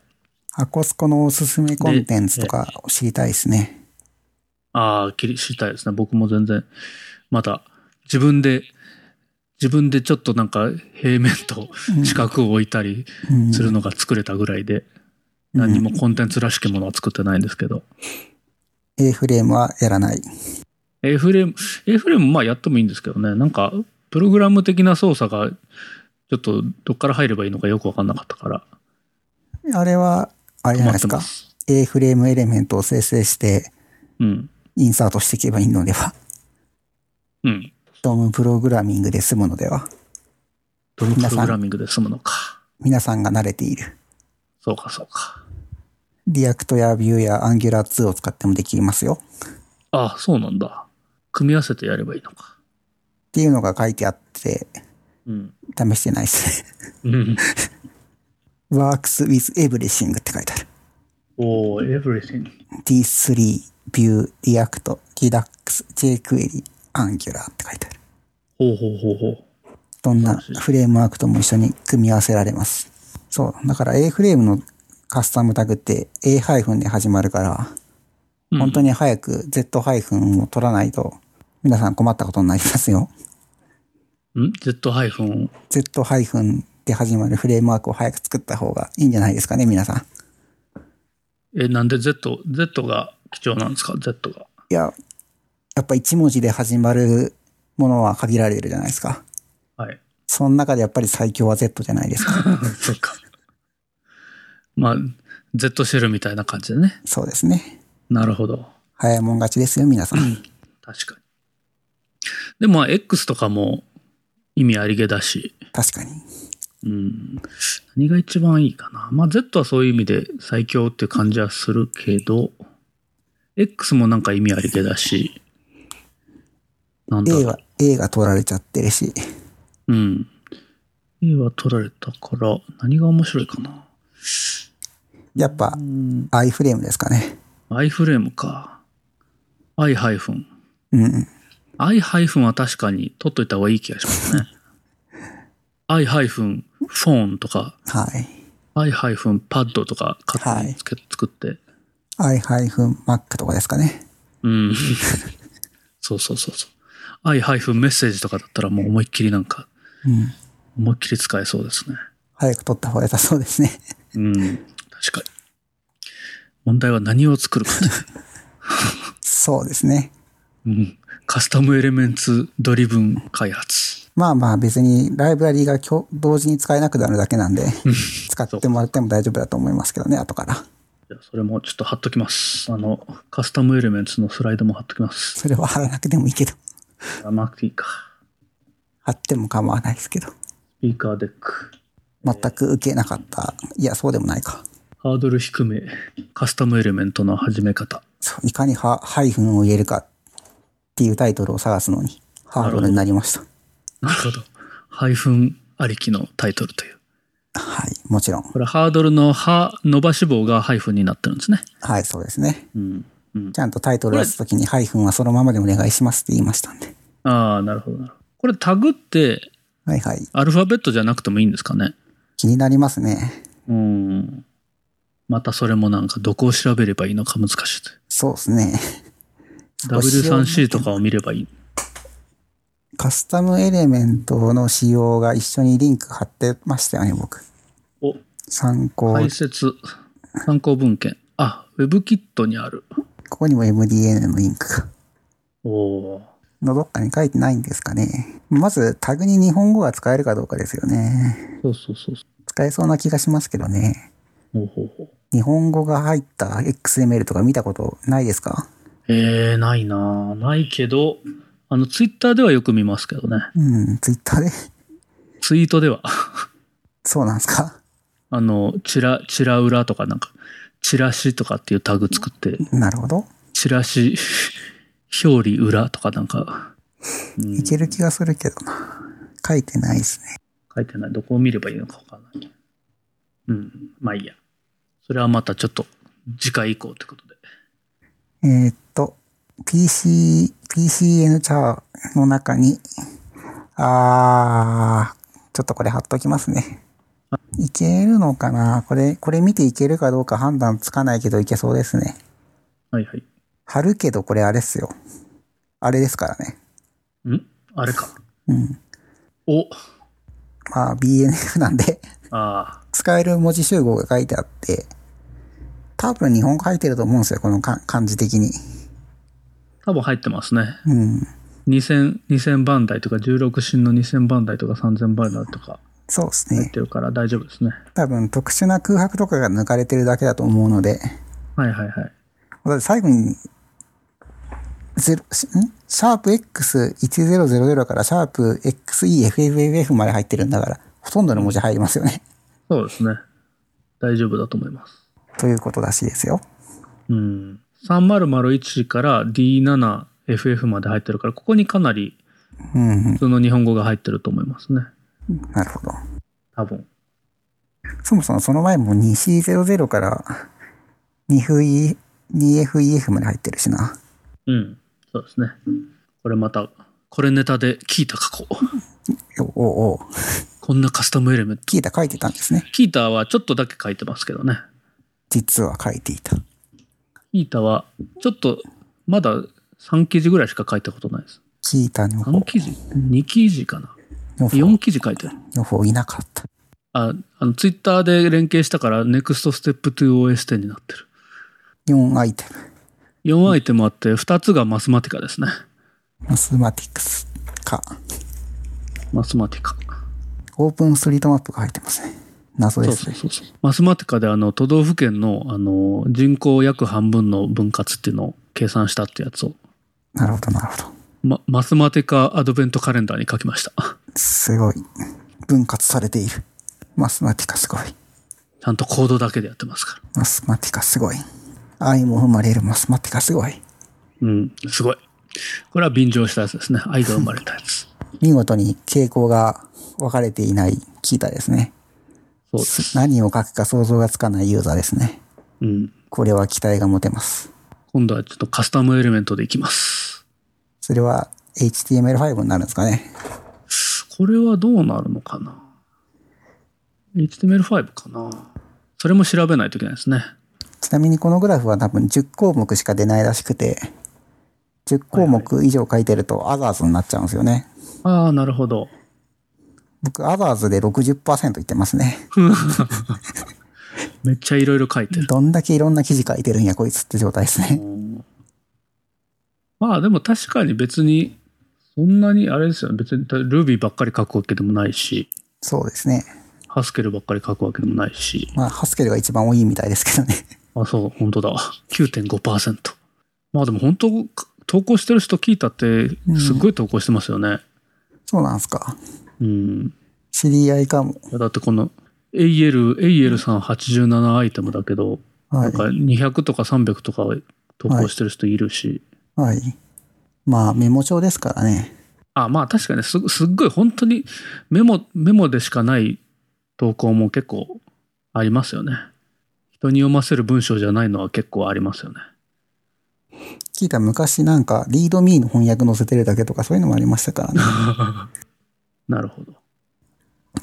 Speaker 3: 箱スコのおすすめコンテンツとか知りたいですね。
Speaker 2: ああ、切り知りたいですね。僕も全然、まだ自分で、自分でちょっとなんか平面と四角を置いたり
Speaker 3: うん
Speaker 2: するのが作れたぐらいで、何もコンテンツらしきものは作ってないんですけど。
Speaker 3: A フレームはやらない。
Speaker 2: A フレーム、A フレームまあやってもいいんですけどね。なんか、プログラム的な操作が、ちょっとどっから入ればいいのかよくわかんなかったから、
Speaker 3: あれは、あれじゃ
Speaker 2: 困って
Speaker 3: ないです
Speaker 2: ま
Speaker 3: か。
Speaker 2: す。
Speaker 3: A フレームエレメントを生成して、
Speaker 2: うん。
Speaker 3: インサートしていけばいいのでは。
Speaker 2: うん。
Speaker 3: ドームプログラミングで済むのでは。
Speaker 2: ドムプ
Speaker 3: 皆
Speaker 2: ロ
Speaker 3: さん
Speaker 2: グラミングで済むのか。
Speaker 3: 皆さんが慣れている。
Speaker 2: そうか、そうか。
Speaker 3: リアクトやビューや Angular2 を使ってもできますよ。っ
Speaker 2: ああ、そうなんだ。組み合わせてやればいいのか。
Speaker 3: ていうのが書いてあって、
Speaker 2: うん。
Speaker 3: 試してないですね。
Speaker 2: うん。
Speaker 3: Works with Everything って書いてある。
Speaker 2: おー、everything。
Speaker 3: D3、Vue、React、Redux、jQuery、Angular って書いてある。
Speaker 2: ほうほうほうほう。
Speaker 3: どんなフレームワークとも一緒に組み合わせられます。そう。だから A フレームのカスタムタグって A- で始まるから、
Speaker 2: うん
Speaker 3: 本当に早く Z- を取らないと、皆さん困ったことになりますよ。
Speaker 2: ん ?Z ハイフン。
Speaker 3: Z- で始まるフレームワークを早く作った方がいいんじゃないですかね、皆さん。
Speaker 2: え、なんで Z、Z が貴重なんですか ?Z が。
Speaker 3: いや、やっぱ一文字で始まるものは限られてるじゃないですか。
Speaker 2: はい。
Speaker 3: その中でやっぱり最強は Z じゃないですか。
Speaker 2: そうか。まあ、Z シェルみたいな感じでね。
Speaker 3: そうですね。
Speaker 2: なるほど。
Speaker 3: 早いもん勝ちですよ、皆さん。
Speaker 2: 確かに。でもまあ、X とかも意味ありげだし、
Speaker 3: 確かに。
Speaker 2: うん。何が一番いいかな。まあ、Z はそういう意味で最強っていう感じはするけど、X もなんか意味ありげだし、なんだろ
Speaker 3: A
Speaker 2: う。
Speaker 3: は、A が取られちゃってるし。
Speaker 2: うん。A は取られたから、何が面白いかな。
Speaker 3: やっぱ、i フレームですかね。
Speaker 2: i フレームか。i ハイフン。
Speaker 3: うん。
Speaker 2: i ハイフンは確かに取っといた方がいい気がします ね。i ハイフンフォンとか、
Speaker 3: はい。
Speaker 2: i ハイフンパッドとか勝手につけ、作って。
Speaker 3: i-mac とかですかね。
Speaker 2: うん。 そうそうそうそう。i ハイフンメッセージとかだったらもう思いっきりなんか、
Speaker 3: うん。
Speaker 2: 思いっきり使えそうですね。
Speaker 3: 早く取った方が良さそうです ね。
Speaker 2: うん。確かに。問題は何を作る かという。
Speaker 3: そうですね。
Speaker 2: うん。カスタムエレメンツドリブン開発。
Speaker 3: まあまあ別にライブラリがきょ同時に使えなくなるだけなんで、使ってもらっても大丈夫だと思いますけどね、後から。
Speaker 2: じゃあそれもちょっと貼っときます。あの、カスタムエレメンツのスライドも貼っときます。
Speaker 3: それは貼らなくてもいいけど、
Speaker 2: あ、マークいいか。
Speaker 3: 貼っても構わないですけど。
Speaker 2: スピーカーデック。
Speaker 3: 全く受けなかった。いや、そうでもないか。
Speaker 2: ハードル低め。カスタムエレメントの始め方。
Speaker 3: そういかにハハイフンを入れるかっていうタイトルを探すのにハードルになりました。
Speaker 2: なるほど。ハイフンありきのタイトルという。
Speaker 3: はい、もちろん。
Speaker 2: これハードルのは伸ばし棒がハイフンになってるんですね。
Speaker 3: はい、そうですね。
Speaker 2: うん。うん
Speaker 3: ち。ゃんとタイトル出すときにハイフンはそのままでお願いしますって言いましたんで。
Speaker 2: ああ、なるほどなるほど。これタグって
Speaker 3: はいはい。
Speaker 2: アルファベットじゃなくてもいいんですかね。
Speaker 3: 気になりますね。
Speaker 2: うん。またそれもなんかどこを調べればいいのか難しいという。
Speaker 3: そうですね。
Speaker 2: W3C とかを見ればいい。
Speaker 3: カスタムエレメントの仕様が一緒にリンク貼ってましたよね、僕。
Speaker 2: お、
Speaker 3: 参考、
Speaker 2: 解説、参考文献。あ、WebKit にある。
Speaker 3: ここにも MDN のリンクが。
Speaker 2: おお
Speaker 3: のどっかに書いてないんですかね。まずタグに日本語が使えるかどうかですよね。
Speaker 2: ー。そうそうそうそ
Speaker 3: 使えそうな気がしますけどね。
Speaker 2: う。ほうほうほう。
Speaker 3: 日本語が入った XML とか見たことないですか
Speaker 2: えー、ないなぁないけど、あの、ツイッターではよく見ますけどね。
Speaker 3: うん、ツイッターで。
Speaker 2: ツイートでは。
Speaker 3: そうなんですか
Speaker 2: あの、チラ、チラ裏とかなんか、チラシとかっていうタグ作って、
Speaker 3: なるほど。
Speaker 2: チラシ、表裏裏とかなんか、うん
Speaker 3: いける気がするけどな。書いてないですね。
Speaker 2: 書いてない。どこを見ればいいのかわかんない。うん。まあいいや。それはまたちょっと次回以降ってことで。
Speaker 3: えーっと、PC、PCN チャーの中に、あー、ちょっとこれ貼っときますね。いけるのかなこれ、これ見ていけるかどうか判断つかないけどいけそうですね。
Speaker 2: はいはい。
Speaker 3: 貼るけどこれあれっすよ。あれですからね。
Speaker 2: んあれか。お
Speaker 3: まあ BNF なんで、
Speaker 2: ああ、
Speaker 3: 使える文字集合が書いてあって、多分日本語書いてると思うんですよ、このか漢字的に。
Speaker 2: 多分入ってますね。
Speaker 3: うん。
Speaker 2: 2000、2000番台とか、16進の2000番台とか3000番台とか
Speaker 3: そうです
Speaker 2: 入っ
Speaker 3: ね。
Speaker 2: てるから大丈夫ですね。
Speaker 3: 多分特殊な空白とかが抜かれてるだけだと思うので、
Speaker 2: はいはいはい。
Speaker 3: だって最後に、ゼロ、しんシャープ X1000 からシャープ XEFFF まで入ってるんだから、ほとんどの文字入りますよね。
Speaker 2: そうですね。大丈夫だと思います。
Speaker 3: ということらしいですよ。
Speaker 2: うん。3001から D7FF まで入ってるから、ここにかなり
Speaker 3: うんうん、
Speaker 2: 普通の日本語が入ってると思いますね。
Speaker 3: なるほど。
Speaker 2: 多分。
Speaker 3: そもそもその前も 2C00 から 2FE2FEF まで入ってるしな。
Speaker 2: うん。そうですね。これまた、これネタで聞いた過去。
Speaker 3: おおお
Speaker 2: こんなカスタムエレメント。
Speaker 3: キータ書いてたんですね。
Speaker 2: キータはちょっとだけ書いてますけどね。
Speaker 3: 実は書いていた。
Speaker 2: キータは、ちょっと、まだ3記事ぐらいしか書いたことないです。
Speaker 3: キータの
Speaker 2: 3
Speaker 3: 方、
Speaker 2: 記事 ?2 記事かな
Speaker 3: の方、
Speaker 2: ?4 記事書いてある。
Speaker 3: の方いなかった。
Speaker 2: あ、あの、ツイッターで連携したから、NEXT Step 2 OS10 になってる。
Speaker 3: 4アイテ
Speaker 2: 4アイテムあって、2つがマスマティカですね。
Speaker 3: ム。マスマティクスか。
Speaker 2: マスマティカ。
Speaker 3: オープンストリートマップが入ってますね。謎
Speaker 2: そ
Speaker 3: で
Speaker 2: う
Speaker 3: す
Speaker 2: そう
Speaker 3: ね。
Speaker 2: そうそう。マスマティカであの都道府県のあの人口約半分の分割っていうのを計算したってやつを、
Speaker 3: なるほど、なるほど。
Speaker 2: ま、マスマティカアドベントカレンダーに書きました。
Speaker 3: すごい。分割されている。マスマティカすごい。
Speaker 2: ちゃんとコードだけでやってますから。
Speaker 3: マスマティカすごい。愛も生まれるマスマティカすごい。
Speaker 2: うん、すごい。これは便乗したやつですね。愛が生まれたやつ。
Speaker 3: 見事に傾向が分かれていないキータですね。
Speaker 2: そうです。
Speaker 3: 何を書くか想像がつかないユーザーですね。
Speaker 2: うん。
Speaker 3: これは期待が持てます。
Speaker 2: 今度はちょっとカスタムエレメントでいきます。
Speaker 3: それは HTML5 になるんですかね。
Speaker 2: これはどうなるのかな ?HTML5 かなそれも調べないといけないですね。
Speaker 3: ちなみにこのグラフは多分10項目しか出ないらしくて、10項目以上書いてるとアザーズになっちゃうんですよね。
Speaker 2: ああ、なるほど。
Speaker 3: 僕、アザーズで60%いってますね。
Speaker 2: めっちゃいろいろ書いてる。
Speaker 3: どんだけいろんな記事書いてるんや、こいつって状態ですね。
Speaker 2: まあでも確かに別に、そんなにあれですよね。別に Ruby ばっかり書くわけでもないし、
Speaker 3: そうですね。
Speaker 2: Haskell ばっかり書くわけでもないし。
Speaker 3: まあ、ハスケルが一番多いみたいですけどね。
Speaker 2: あ、そう、本当だ。9.5%。まあでも本当、投稿してる人聞いたって、すっごい投稿してますよね。
Speaker 3: そうなんすか。
Speaker 2: うん。
Speaker 3: 知り合いかも。
Speaker 2: いやだってこの AL、AL さん87アイテムだけど、
Speaker 3: は
Speaker 2: なんか
Speaker 3: い。
Speaker 2: 200とか300とか投稿してる人いるし、
Speaker 3: はい。まあ、メモ帳ですからね。
Speaker 2: あまあ確かにすすっごい本当にメモメモでしかない投稿も結構ありますよね人に読ませる文章じゃないのは結構ありますよね
Speaker 3: 聞いた昔なんか、リードミーの翻訳載せてるだけとかそういうのもありましたからね。
Speaker 2: なるほど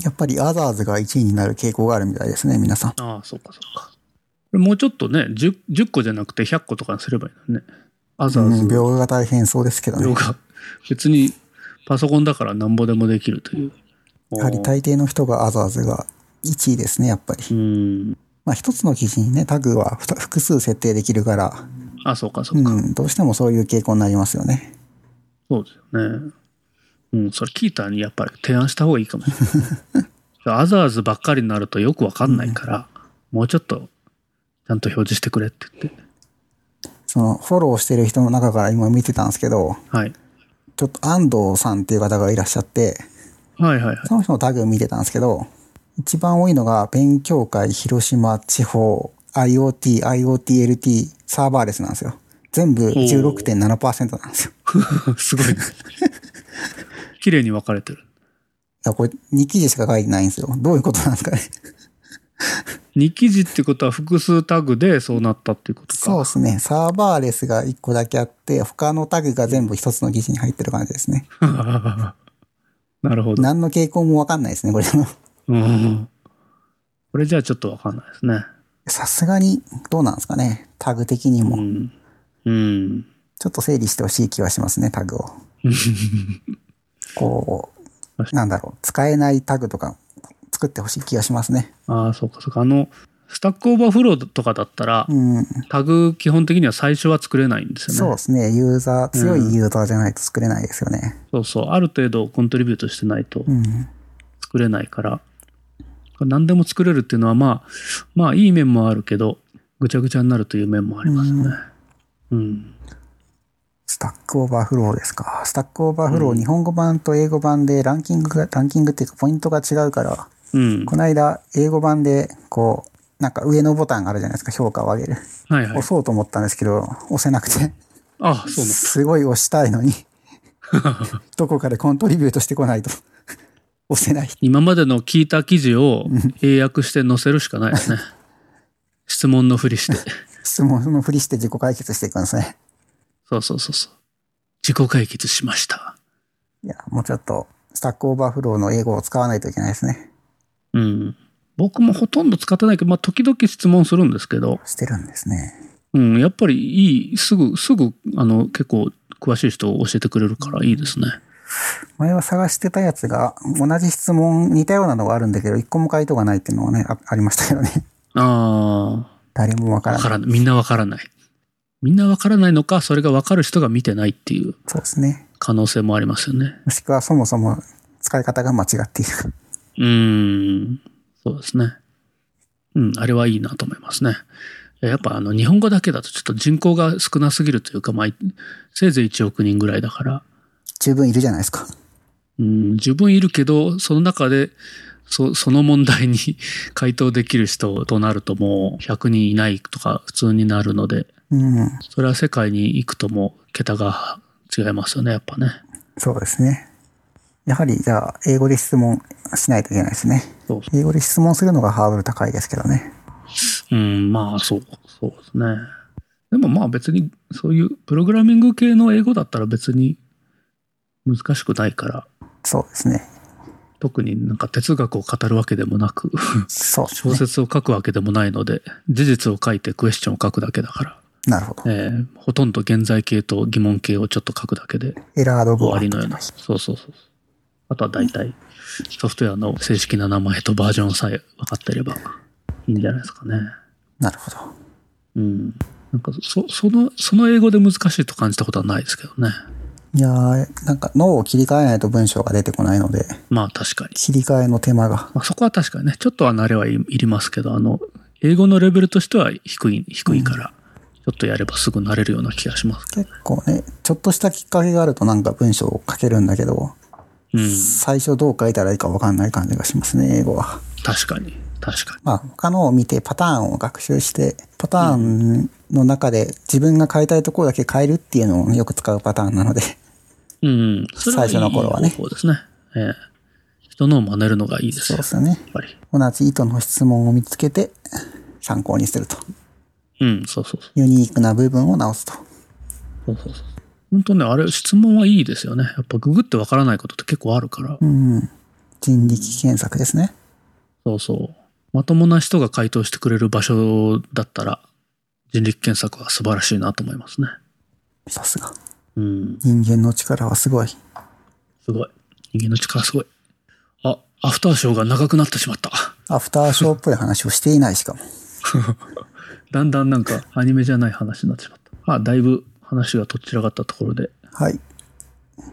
Speaker 3: やっぱりアザーズが1位になる傾向があるみたいですね、皆さん。
Speaker 2: ああそうかそうかこれもうちょっとね 10, 10個じゃなくて100個とかにすればいいのにねアザー
Speaker 3: う
Speaker 2: ズ
Speaker 3: ん、描画が大変そうですけど
Speaker 2: 秒
Speaker 3: ね。
Speaker 2: が別にパソコンだからなんぼでもできるという
Speaker 3: やはり大抵の人がアザーズが1位ですね、やっぱり。
Speaker 2: うん
Speaker 3: まあ一つの記事にね、タグはふた複数設定できるから、
Speaker 2: あそうかそううか、
Speaker 3: ん、どうしてもそういう傾向になりますよね。
Speaker 2: そうですよね。うん、それ聞いたにやっぱり提案した方がいいかもしれない。アザーズばっかりになるとよくわかんないから、もうちょっとちゃんと表示してくれって言って。
Speaker 3: その、フォローしてる人の中から今見てたんですけど、
Speaker 2: はい。
Speaker 3: ちょっと安藤さんっていう方がいらっしゃって、
Speaker 2: はいはいはい。
Speaker 3: その人のタグ見てたんですけど、一番多いのが、勉強会広島地方 IoT、IoTLT、サーバーレスなんですよ。全部16.7%なんですよ。
Speaker 2: すごい、ね。 綺麗に分かれてる。
Speaker 3: いや、これ2記事しか書いてないんですよ。どういうことなんですかね。
Speaker 2: 2記事ってことは複数タグでそうなったっていうことか。
Speaker 3: そうですね。サーバーレスが1個だけあって、他のタグが全部一つの記事に入ってる感じですね。
Speaker 2: なるほど。
Speaker 3: 何の傾向もわかんないですね、これも。
Speaker 2: うん。これじゃあちょっとわかんないですね。
Speaker 3: さすがに、どうなんですかね。タグ的に
Speaker 2: う
Speaker 3: も。
Speaker 2: ん。うん。
Speaker 3: ちょっと整理してほしい気はしますね、タグを。こ
Speaker 2: 確
Speaker 3: う、なんだろう。使えないタグとか作ってほしい気がしますね。
Speaker 2: ああ、そうかそうか。あの、スタックオーバーフローとかだったら、
Speaker 3: うん。
Speaker 2: タグ基本的には最初は作れないんですよ
Speaker 3: そう
Speaker 2: ね。
Speaker 3: ですね。ユーザー、強いユーザーじゃないと作れないですよね。
Speaker 2: そうそうある程度コントリビュートしてないと
Speaker 3: うん。
Speaker 2: 作れないから、何でも作れるっていうのはまあ、まあいい面もあるけど、ぐちゃぐちゃになるという面もありますね。うん。
Speaker 3: スタックオーバーフローですか。スタックオーバーフロー、日本語版と英語版でランキングが、ランキングっていうかポイントが違うから、
Speaker 2: うん。
Speaker 3: この間、英語版で、こう、なんか上のボタンがあるじゃないですか、評価を上げる。
Speaker 2: はいはい
Speaker 3: 押。そうと思ったんですけど、押せなくて、
Speaker 2: あそうなんだ
Speaker 3: すごい押したいの に、どこかでコントリビュートしてこないと、押せない。
Speaker 2: 今までの聞いた記事を英訳して載せるしかないですね。質問のふりして。
Speaker 3: 質問のふりして自己解決していくんですね。
Speaker 2: そうそうそうそう。自己解決しました。
Speaker 3: いや、もうちょっと、スタックオーバーフローの英語を使わないといけないですね。
Speaker 2: うん。僕もほとんど使ってないけど、まあ時々質問するんですけど、
Speaker 3: してるんですね。
Speaker 2: うん、やっぱりいい、すぐ、すぐ、あの、結構詳しい人を教えてくれるからいいですね。
Speaker 3: 前は探してたやつが、同じ質問、似たようなのがあるんだけど、一個も回答がないっていうのはね、あありましたけどね。
Speaker 2: あ
Speaker 3: 誰もわ
Speaker 2: あ、
Speaker 3: から
Speaker 2: わ
Speaker 3: ない。
Speaker 2: からない。みんなわからない。みんなわからないのか、それがわかる人が見てないっていう
Speaker 3: そうですね。
Speaker 2: 可能性もありますよね。
Speaker 3: もしくはそもそも使い方が間違っている。
Speaker 2: うーん、そうですね。うん、あれはいいなと思いますね。やっぱあの日本語だけだとちょっと人口が少なすぎるというか、まあ、せいぜい1億人ぐらいだから、
Speaker 3: 十分いるじゃないですか。
Speaker 2: うん、十分いるけど、その中で、そその問題に 回答できる人となるともう100人いないとか普通になるので、
Speaker 3: うん。
Speaker 2: それは世界に行くともう桁が違いますよね、やっぱね。
Speaker 3: そうですね。やはり、じゃあ、英語で質問しないといけないですね。
Speaker 2: そう
Speaker 3: 英語で質問するのがハードル高いですけどね。
Speaker 2: うん、まあそう、そうですね。でもまあ別にそういうプログラミング系の英語だったら別に難しくないから、
Speaker 3: そうですね。
Speaker 2: 特になんか哲学を語るわけでもなく、
Speaker 3: そうです
Speaker 2: 小
Speaker 3: ね。
Speaker 2: 説を書くわけでもないので、事実を書いてクエスチョンを書くだけだから、
Speaker 3: なるほど。
Speaker 2: えーほとんど現在形と疑問形をちょっと書くだけで
Speaker 3: エラード
Speaker 2: 終
Speaker 3: 語
Speaker 2: わりのような。そうそうそう。あとは大体ソフトウェアの正式な名前とバージョンさえ分かってればいいんじゃないですかね。
Speaker 3: なるほど。
Speaker 2: うん。なんかそ、その、その英語で難しいと感じたことはないですけどね。
Speaker 3: いやー、なんか脳を切り替えないと文章が出てこないので、
Speaker 2: まあ確かに。
Speaker 3: 切り替えの手間が。
Speaker 2: まあそこは確かにね、ちょっとは慣れはいいりますけど、あの、英語のレベルとしては低い、低いから、ちょっとやればすぐ慣れるような気がしますけど。
Speaker 3: 結構ね、ちょっとしたきっかけがあるとなんか文章を書けるんだけど、
Speaker 2: うん。
Speaker 3: 最初どう書いたらいいかわかんない感じがしますね、英語は。
Speaker 2: 確かに。確かに。
Speaker 3: まあ、他のを見てパターンを学習して、パターンの中で自分が変えたいところだけ変えるっていうのをよく使うパターンなので、
Speaker 2: うん。それはいい
Speaker 3: 最初の頃はね
Speaker 2: 方法ですね。ええ人のを真似るのがいいです
Speaker 3: そう
Speaker 2: よ。や
Speaker 3: ですよね。
Speaker 2: っぱり。
Speaker 3: 同じ意図の質問を見つけて参考にすると。
Speaker 2: うん、そうそうそう。
Speaker 3: ユニークな部分を直すと。
Speaker 2: そうそうそう。本当ね、あれ、質問はいいですよね。やっぱググってわからないことって結構あるから。
Speaker 3: うん。人力検索ですね。
Speaker 2: そうそう。まともな人が回答してくれる場所だったら、人力検索は素晴らしいなと思いますね。
Speaker 3: さすが。
Speaker 2: うん、
Speaker 3: 人間の力はすごい。
Speaker 2: すごい。人間の力すごい。あ、アフターショーが長くなってしまった。
Speaker 3: アフターショーっぽい話をしていないしかも。
Speaker 2: だんだんなんかアニメじゃない話になってしまった。あ、だいぶ話がとっちらかったところで、
Speaker 3: はい。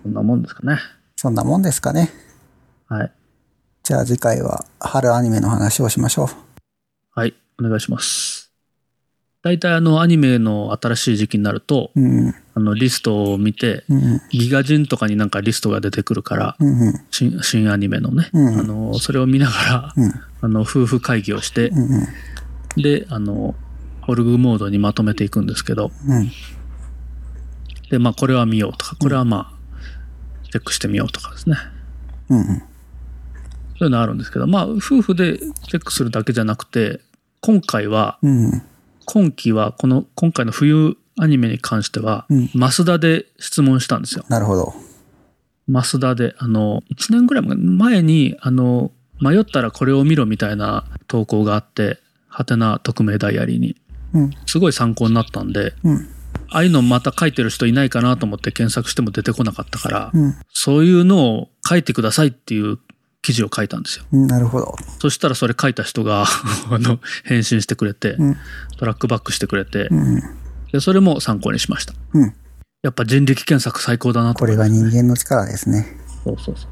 Speaker 2: こんなもんですかね。
Speaker 3: そんなもんですかね。
Speaker 2: はい。
Speaker 3: じゃあ次回は春アニメの話をしましょう。
Speaker 2: はい、お願いします。大体あのアニメの新しい時期になると、
Speaker 3: うん。
Speaker 2: あのリストを見て、
Speaker 3: うん。
Speaker 2: ギガ人とかになんかリストが出てくるから、
Speaker 3: うん。うん。
Speaker 2: 新新アニメのね、
Speaker 3: うん
Speaker 2: あのそれを見ながら、
Speaker 3: うん
Speaker 2: あの夫婦会議をして、
Speaker 3: うん。うん。
Speaker 2: であのオルグモードにまとめていくんですけど
Speaker 3: うん。
Speaker 2: で、まあ、これは見ようとかこれはまあチェックしてみようとかですね
Speaker 3: うん。
Speaker 2: そういうのあるんですけどまあ夫婦でチェックするだけじゃなくて今回は、
Speaker 3: うん。
Speaker 2: 今期は、この、今回の冬アニメに関しては、
Speaker 3: うん
Speaker 2: マスダで質問したんですよ。
Speaker 3: なるほど。
Speaker 2: マスダで、あの、1年ぐらい前に、あの、迷ったらこれを見ろみたいな投稿があって、ハテナ匿名ダイアリーに。
Speaker 3: うん。
Speaker 2: すごい参考になったんで、
Speaker 3: うん。
Speaker 2: ああいうのまた書いてる人いないかなと思って検索しても出てこなかったから、
Speaker 3: うん
Speaker 2: そういうのを書いてくださいっていう記事を書いたんですよ。
Speaker 3: うん。なるほど。
Speaker 2: そしたらそれ書いた人が、 あの、返信してくれて、
Speaker 3: うん
Speaker 2: トラックバックしてくれて、
Speaker 3: うん。
Speaker 2: でそれも参考にしました。
Speaker 3: うん。
Speaker 2: やっぱ人力検索最高だなと
Speaker 3: これが人間の力ですね。
Speaker 2: そうそうそ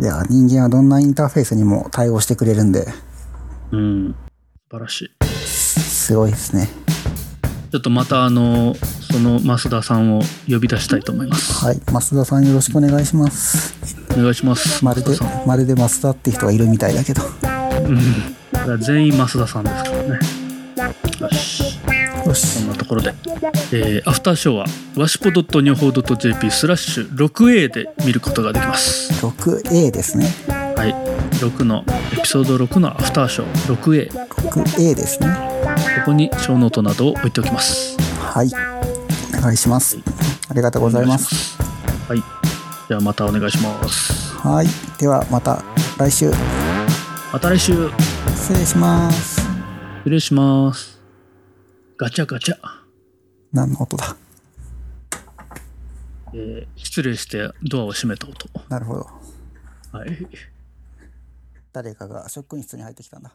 Speaker 3: いや、人間はどんなインターフェースにも対応してくれるんで、
Speaker 2: う。うん。素晴らしい。
Speaker 3: すごいですね。
Speaker 2: ちょっとまたあの、その増田さんを呼び出したいと思います。
Speaker 3: はい。増田さんよろしくお願いします。
Speaker 2: お願いします。
Speaker 3: まるで
Speaker 2: 増田さん、
Speaker 3: まるで増田って人がいるみたいだけど。
Speaker 2: うん。全員増田さんですからね。よし。
Speaker 3: よ
Speaker 2: そ
Speaker 3: し
Speaker 2: ん。なところで、えーアフターショーはわしぽ.女報 .jp スラッシュ 6A で見ることができます
Speaker 3: 6A ですね。
Speaker 2: はい6のエピソード6のアフターショー 6A こ
Speaker 3: 6A ですね。
Speaker 2: こに小ノートなどを置いておきます
Speaker 3: はい。お願いします。ありがとうございます。
Speaker 2: はいではまたお願いします
Speaker 3: はい。ではまた来週。
Speaker 2: また来週
Speaker 3: 失礼します。
Speaker 2: 失礼しますガチャガチャ、
Speaker 3: 何の音だ
Speaker 2: えー失礼してドアを閉めた音
Speaker 3: なるほど。
Speaker 2: はい
Speaker 3: 誰かが職員室に入ってきたんだ。